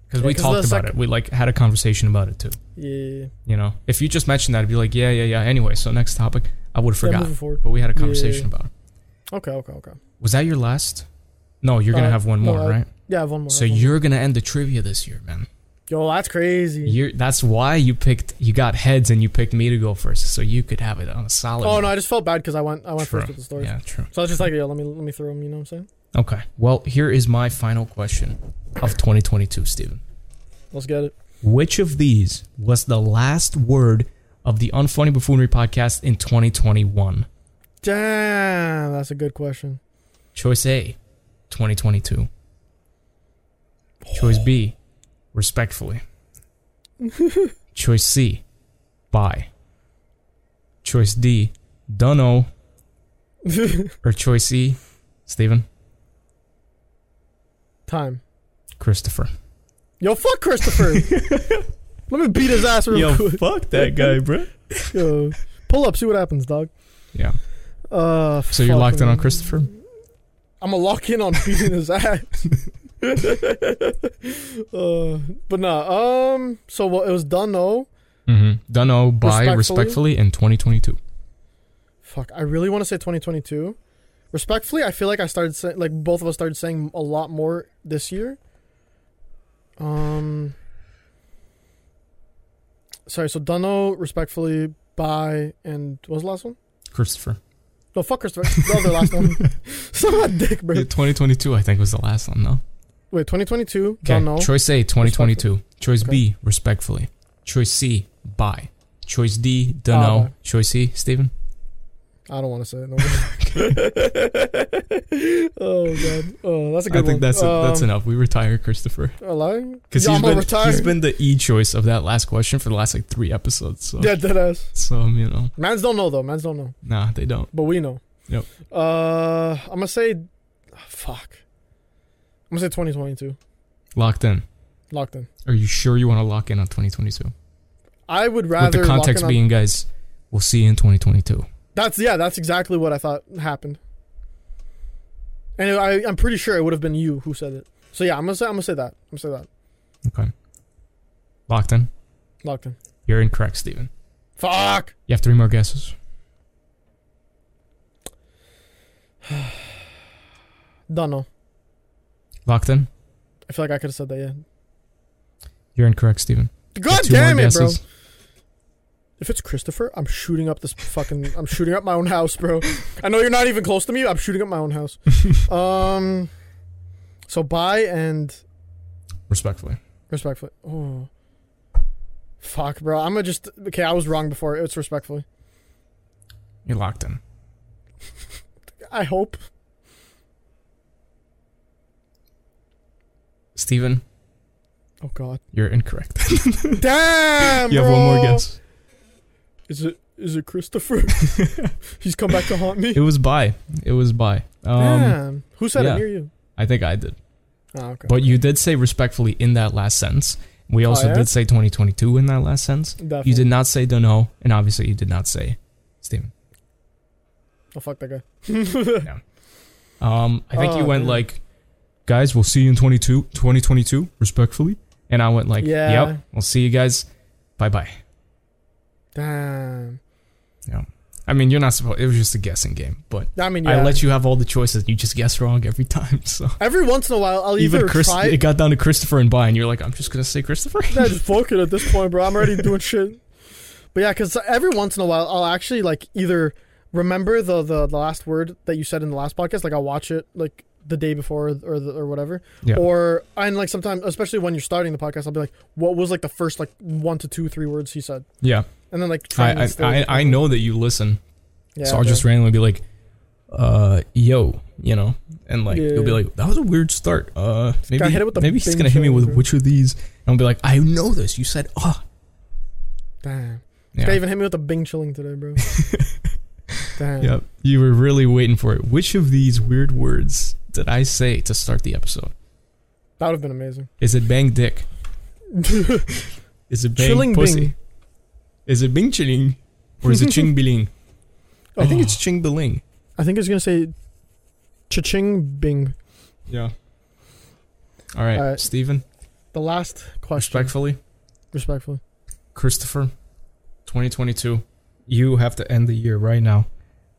A: Because
B: Yeah,
A: we
B: 'cause
A: talked
B: the
A: about
B: second-
A: it. We, like, had a conversation about it, too.
B: Yeah.
A: You know? If you just mentioned that, I'd be like, yeah, yeah, yeah. Anyway, so next topic. I would have
B: yeah
A: forgot.
B: moving forward.
A: but we had a
B: Yeah, yeah,
A: conversation about it.
B: Okay, okay, okay.
A: Was that your last? No, you're going to
B: Uh,
A: have one
B: no,
A: more,
B: I-
A: right?
B: Yeah, one more.
A: So
B: one more.
A: you're going to end the trivia this year, man.
B: Yo, that's crazy.
A: You're, that's why you picked, you got heads and you picked me to go first. So you could have it on a solid.
B: Oh
A: one.
B: no, I just felt bad because I went I went
A: True.
B: first with the stories.
A: Yeah, true.
B: So I was just like, yeah, let me let me throw them. You know what I'm saying?
A: Okay. Well, here is my final question of 2022, Steven.
B: Let's get it.
A: Which of these was the last word of the Unfunny Buffoonery podcast in 2021?
B: Damn, that's a good question.
A: Choice A, 2022. Choice B, respectfully. Choice C, bye. Choice D, dunno. Or choice E, Steven,
B: Time.
A: Christopher.
B: Yo, fuck Christopher. let me beat his ass real quick.
A: fuck
B: that guy,
A: bro.
B: Yo, pull up, see what happens, dog.
A: Yeah.
B: Uh,
A: So you're locked in on
B: fucking-
A: Christopher?
B: I'm gonna lock in on beating his ass. uh, but nah, um, so well, it was done though.
A: Mm-hmm. Dunno by
B: Respectfully?
A: respectfully in 2022.
B: Fuck, I really want to say 2022. Respectfully, I feel like I started saying, like, both of us started saying a lot more this year. Um, sorry, so Dunno, respectfully, bye, and what was the last one?
A: Christopher.
B: No, fuck Christopher. The other last one. Son of a dick, bro.
A: Yeah, 2022, I think, was the last one, no?
B: Wait, 2022,
A: Okay.
B: Dunno.
A: Choice A, 2022. Choice
B: Okay.
A: B, respectfully. Choice C, bye. Choice D, dunno.
B: bye.
A: Choice E, Steven.
B: I don't want to say it. No way. oh, God. Oh, that's a good
A: I think
B: one.
A: that's that's
B: Um,
A: enough. We retire Christopher.
B: a lie?
A: Because
B: Yeah,
A: he's
B: I'm gonna
A: been
B: retire.
A: he's been the E choice of that last question for the last like three episodes. So
B: Yeah, deadass.
A: so um, you know.
B: Mans don't know, though. Mans don't know.
A: Nah, they don't.
B: But we know.
A: Yep.
B: Uh, I'm gonna say, fuck. I'm gonna say 2022.
A: Locked in.
B: Locked in.
A: Are you sure you want to lock in on 2022?
B: I would
A: With
B: rather
A: the context
B: lock in on-
A: being, guys, we'll see you in 2022.
B: that's yeah, that's exactly what I thought happened. And I, I'm pretty sure it would have been you who said it. So yeah, I'm gonna say I'm gonna say that. I'm gonna say that.
A: Locked in?
B: Locked in.
A: You're incorrect, Steven.
B: Fuck.
A: You have three more guesses.
B: Don't know.
A: Locked in?
B: I feel like I could have said that. Yeah.
A: You're incorrect, Steven. You have
B: God
A: two more
B: damn it, bro.
A: guesses.
B: If it's Christopher, I'm shooting up this fucking. I'm shooting up my own house, bro. I know you're not even close to me. I'm shooting up my own house. um. So bye and
A: Respectfully.
B: Respectfully. Oh. Fuck, bro. I'm gonna just. Okay, I was wrong before. It's respectfully.
A: You're locked in.
B: I hope.
A: Steven,
B: Oh God.
A: you're incorrect.
B: Damn.
A: you have one more
B: bro.
A: guess.
B: Is it? Is it Christopher? He's come back to haunt me.
A: It was by. It was by. Um,
B: Damn. Who said
A: yeah.
B: it near you?
A: I think I did.
B: Oh, okay.
A: But you did say respectfully in that last sentence. We
B: Oh,
A: also
B: yeah?
A: did say 2022 in that last sentence.
B: Definitely.
A: You did not say dunno, and obviously you did not say Steven.
B: Oh fuck that guy.
A: Um, I think you
B: Oh,
A: went
B: dude.
A: like, guys, we'll see you in 22, 2022, respectfully. And I went like,
B: Yeah.
A: yep, we'll see you guys. Bye bye.
B: Damn.
A: I mean, you're not supposed. It was just a guessing game, but
B: I mean,
A: I
B: yeah.
A: let you have all the choices. You just guess wrong every time. So
B: Every once in a while, I'll
A: even
B: either
A: Chris,
B: try.
A: it got down to Christopher and By, and you're like, I'm just gonna say Christopher.
B: Yeah, just fuck it at this point, bro. I'm already doing shit. But yeah, because every once in a while, I'll actually like either remember the, the the last word that you said in the last podcast. Like I'll watch it like the day before or the, or whatever.
A: Yeah.
B: Or and like sometimes, especially when you're starting the podcast, I'll be like, what was like the first like one to two three words he said,
A: yeah,
B: and then like try and
A: I I,
B: instill
A: I
B: it.
A: I know that you listen,
B: Yeah,
A: so I'll
B: okay.
A: just randomly be like, uh, yo, you know, and like
B: Yeah.
A: you'll be like, that was a weird start. Uh, maybe
B: hit it with the
A: maybe he's
B: bing
A: gonna hit me with
B: bong.
A: which of these, and I'll be like, I know this. You said ah,
B: Damn.
A: Yeah.
B: They even hit me with a Bing chilling today, bro. Damn.
A: Yep. You were really waiting for it. Which of these weird words did I say to start the episode?
B: That would have been amazing.
A: Is it bang dick? Is it bang
B: Chilling
A: pussy?
B: Bing.
A: Is it bing chilling? Or is it ching biling? I think it's ching biling.
B: Oh. I think it's gonna say cha-ching Bing.
A: Yeah. All right,
B: Alright.
A: Stephen,
B: The last question.
A: respectfully,
B: Respectfully.
A: Christopher, 2022, you have to end the year right now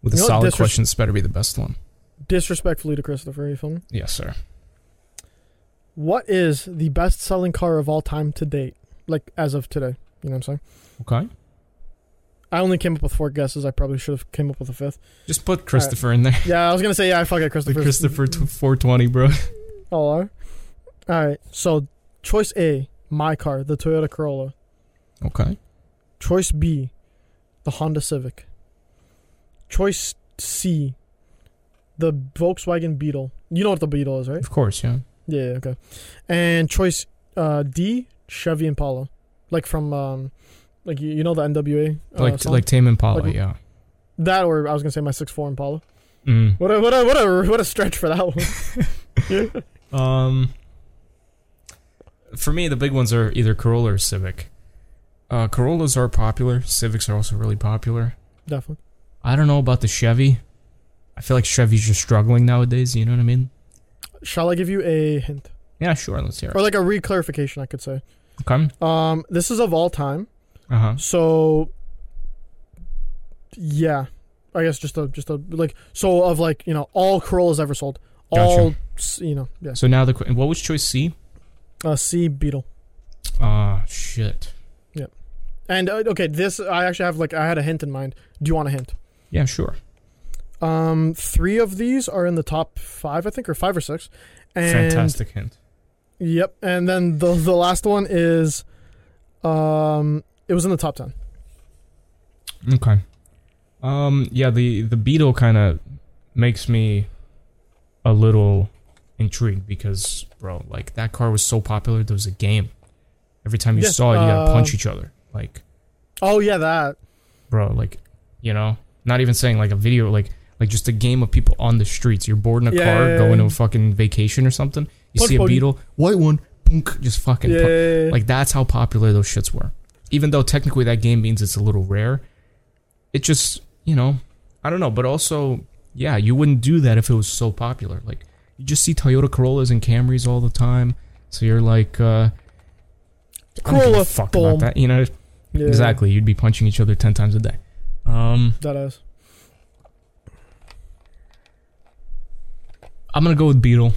A: with
B: You
A: a
B: know what,
A: solid
B: this was-
A: question. This better be the best one.
B: Disrespectfully to Christopher, you feel me?
A: Yes, sir.
B: What is the best selling car of all time to date? Like as of today. You know what I'm saying?
A: Okay.
B: I only came up with four guesses. I probably should have came up with a fifth.
A: Just put Christopher in there.
B: Yeah, I was gonna say yeah, I fuck it,
A: The
B: Christopher.
A: Christopher t- 420, bro.
B: All are. All right. So choice A, my car, the Toyota Corolla.
A: Okay.
B: Choice B, the Honda Civic. Choice C, the Volkswagen Beetle. You know what the Beetle is, right?
A: Of course, yeah.
B: Yeah. yeah, Okay. And choice uh, D, Chevy Impala, like from um, like you, you know the NWA. Uh,
A: Like
B: song?
A: like Tame Impala,
B: Like-
A: yeah.
B: that, or I was gonna say my six four Impala.
A: Mm.
B: What a what a what a what a stretch for that one.
A: Um, for me, the big ones are either Corolla or Civic. Uh, Corollas are popular. Civics are also really popular.
B: Definitely.
A: I don't know about the Chevy. I feel like Chevys are struggling nowadays. You know what I mean?
B: Shall I give you a hint
A: Yeah, sure. Let's hear it.
B: or like a reclarification? I could say.
A: Okay.
B: Um, this is of all time.
A: Uh huh.
B: So, yeah, I guess just a just a like so of like you know all Corollas ever sold, all s you know yeah.
A: So now the qu- what was choice C?
B: Uh, C Beetle
A: Ah, shit.
B: and uh, okay this I actually have like I had a hint in mind. Do you want a hint?
A: Yeah, sure.
B: Um, three of these are in the top five I think or five or six, and
A: Fantastic hint.
B: yep, and then the the last one is, um, it was in the top ten.
A: Okay. Um. Yeah. The the Beetle kind of makes me a little intrigued because, bro, like that car was so popular. There was a game. Every time you
B: Yeah,
A: saw it, you gotta
B: uh,
A: punch each other. Like,
B: Oh yeah, that
A: bro, like, you know, not even saying like a video, like, like just a game of people on the streets. You're boarding a
B: Yeah,
A: car,
B: yeah,
A: going
B: yeah.
A: to a fucking vacation or something. You
B: Punch
A: see a
B: buggy.
A: Beetle, white one, punk, just fucking. punch.
B: yeah.
A: Like that's how popular those shits were. Even though technically that game means it's a little rare, it just you know, I don't know. But also, yeah, you wouldn't do that if it was so popular. Like you just see Toyota Corollas and Camrys all the time, so you're like, uh, I don't give
B: Corolla
A: a fuck about
B: boom.
A: that. You know,
B: Yeah,
A: exactly. You'd be punching each other ten times a day. Um,
B: that is
A: I'm gonna go with Beetle,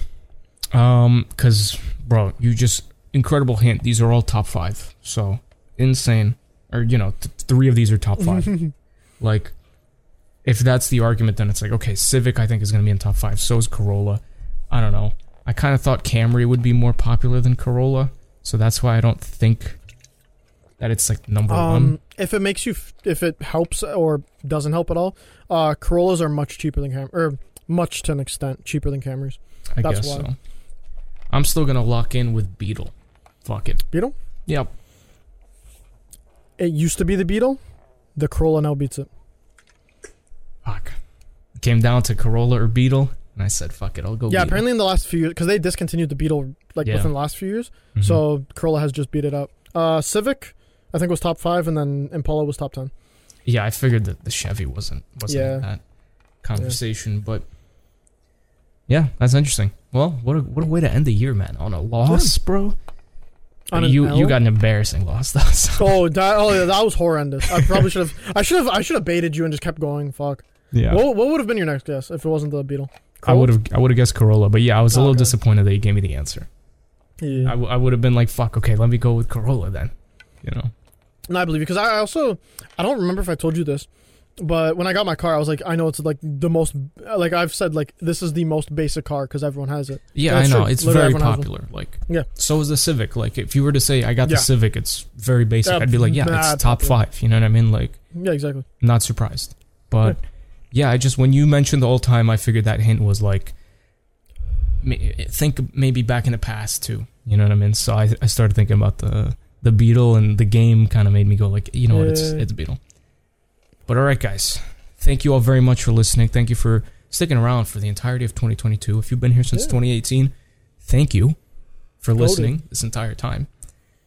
A: um, cause bro, you just incredible hint. These are all top five, so insane. Or you know, th- three of these are top five. Like, if that's the argument, then it's like, okay, Civic, I think, is going to be in top five. So is Corolla. I don't know. I kind of thought Camry would be more popular than Corolla. So that's why I don't think that it's like number one.
B: Um, if it makes you, f- if it helps or doesn't help at all, uh, Corollas are much cheaper than Cam, or much to an extent cheaper than Camrys.
A: I
B: that's
A: guess
B: why.
A: so. I'm still going to lock in with Beetle. Fuck it.
B: Beetle?
A: Yep.
B: It used to be the Beetle, the Corolla now beats it.
A: Fuck. It came down to Corolla or Beetle. And I said, fuck it. I'll go
B: yeah,
A: Beetle.
B: apparently in the last few years, because they discontinued the Beetle like
A: Yeah.
B: within the last few years,
A: Mhm.
B: so Corolla has just beat it up. Uh, Civic, I think was top five, and then Impala was top ten.
A: Yeah, I figured that the Chevy wasn't wasn't
B: Yeah.
A: in that conversation, but yeah, that's interesting. Well, what a, what a way to end the year, man! On a loss, bro.
B: On an
A: you you
B: L?
A: got an embarrassing loss, though. So.
B: Oh, that, oh yeah, that was horrendous. I probably should have, I should have, I should have baited you and just kept going. Fuck.
A: Yeah,
B: What, what would have been your next guess if it wasn't the Beetle?
A: I would have I would have guessed Corolla, but yeah, I was a
B: Oh,
A: little
B: okay.
A: disappointed that you gave me the answer. I,
B: Yeah.
A: w- I would have been like, fuck, okay, let me go with Corolla then. You know,
B: No, I believe you because I I also I don't remember if I told you this, but when I got my car, I was like, I know it's like the most like I've said like this is the most basic car because everyone has it.
A: yeah,
B: That's
A: I know
B: true.
A: it's
B: Literally
A: very
B: everyone has one.
A: popular. Like,
B: Yeah.
A: so is the Civic. Like, if you were to say I got
B: Yeah.
A: the Civic, it's very basic.
B: Yeah,
A: I'd be like, yeah,
B: mad
A: it's top
B: popular.
A: five. You know what I mean? Like.
B: Yeah, exactly.
A: not surprised. But yeah, I just when you mentioned the all time, I figured that hint was like ma- think maybe back in the past too. You know what I mean? So I, I started thinking about the the beetle and the game kind of made me go like, you know what, it's
B: Yeah.
A: it's beetle. But all right, guys, thank you all very much for listening. Thank you for sticking around for the entirety of 2022. If you've been here since
B: Yeah.
A: 2018, thank you for
B: Voted.
A: listening this entire time.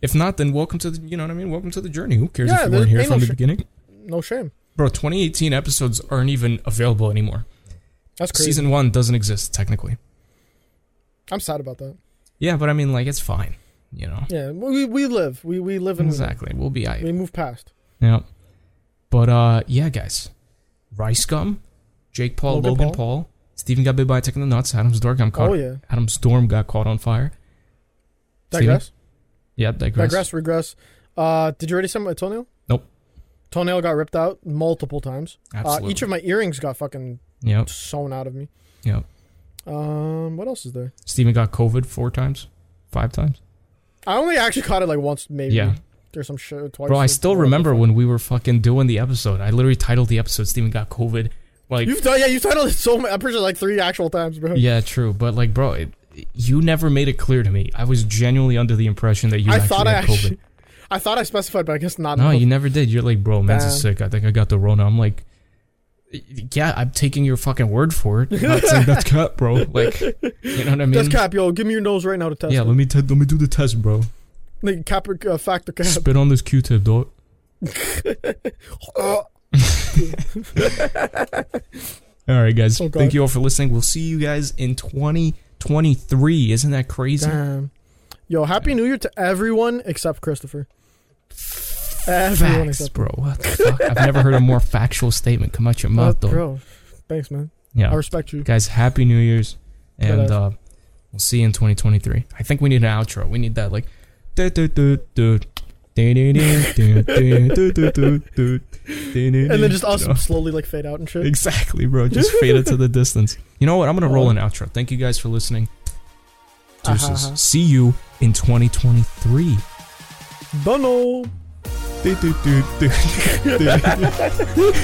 A: If not, then welcome to the you know what I mean. Welcome to the journey. Who cares
B: Yeah,
A: if you
B: there-
A: weren't here
B: ain't
A: from
B: no
A: the
B: sh-
A: beginning,
B: No shame.
A: bro? 2018 episodes aren't even available anymore.
B: That's crazy.
A: Season one doesn't exist technically.
B: I'm sad about that.
A: Yeah, but I mean, like, it's fine. You know,
B: Yeah, we we live. We we live in.
A: exactly. We'll be I.
B: We move past.
A: Yeah. But uh, yeah, guys, Rice Gum, Jake Paul, Logan,
B: Logan
A: Paul. Stephen got bit by a tick in the nuts. Adam's dork got caught.
B: Oh yeah.
A: Adam Storm got caught on fire. Steven?
B: Digress.
A: Yep, digress.
B: Digress. Regress. Uh, did you already say my toenail?
A: Nope.
B: Toenail got ripped out multiple times. Uh,
A: Absolutely.
B: each of my earrings got fucking
A: yep,
B: sewn out of me.
A: yep.
B: Um, what else is there?
A: Stephen got COVID four times, five times.
B: I only actually caught it like once, maybe.
A: Yeah.
B: There's some shit twice.
A: Bro, I
B: or-
A: still remember when we were fucking doing the episode. I literally titled the episode "Stephen got COVID." Like,
B: You've done, yeah, you've titled it so many. I'm pretty sure like three actual times, bro.
A: yeah, true. But like, bro, it, you never made it clear to me. I was genuinely under the impression that you
B: I
A: actually
B: thought I
A: had COVID.
B: actually, I thought I specified, but I guess not.
A: No, you never did. You're like, bro, man's is
B: Damn.
A: sick. I think I got the Rona. I'm like, yeah, I'm taking your fucking word for it. I'm not saying that's cut, bro. Like, you know what I mean?
B: That's cap, yo. Give me your nose right now to test.
A: yeah,
B: Yeah,
A: let me te- let me do the test, bro.
B: Nigga, cap uh, factor cap.
A: Spit on this Q-tip, dog.
B: Uh,
A: All right, guys.
B: Oh, God.
A: Thank you all for listening. We'll see you guys in 2023. Isn't that crazy?
B: damn. Yo, happy New Year to everyone except Christopher. Everyone
A: Facts,
B: except
A: bro. What the fuck? I've never heard a more factual statement come out your mouth,
B: Uh,
A: dog.
B: bro. Thanks, man. I
A: Yeah,
B: respect you.
A: guys. Happy New Year's, and
B: Good
A: uh, we'll see you in 2023. I think we need an outro. We need that like. du- du- du- du- du- du- du- du- du- du- du- du- du-
B: And then just us
A: you know?
B: slowly like fade out and shit.
A: Exactly, bro. Just fade it to the distance. You know what? I'm gonna roll an outro. Thank you guys for listening. Deuces.
B: Uh-huh.
A: See you in 2023.
B: Dunno.
A: Du- du- du- du- du-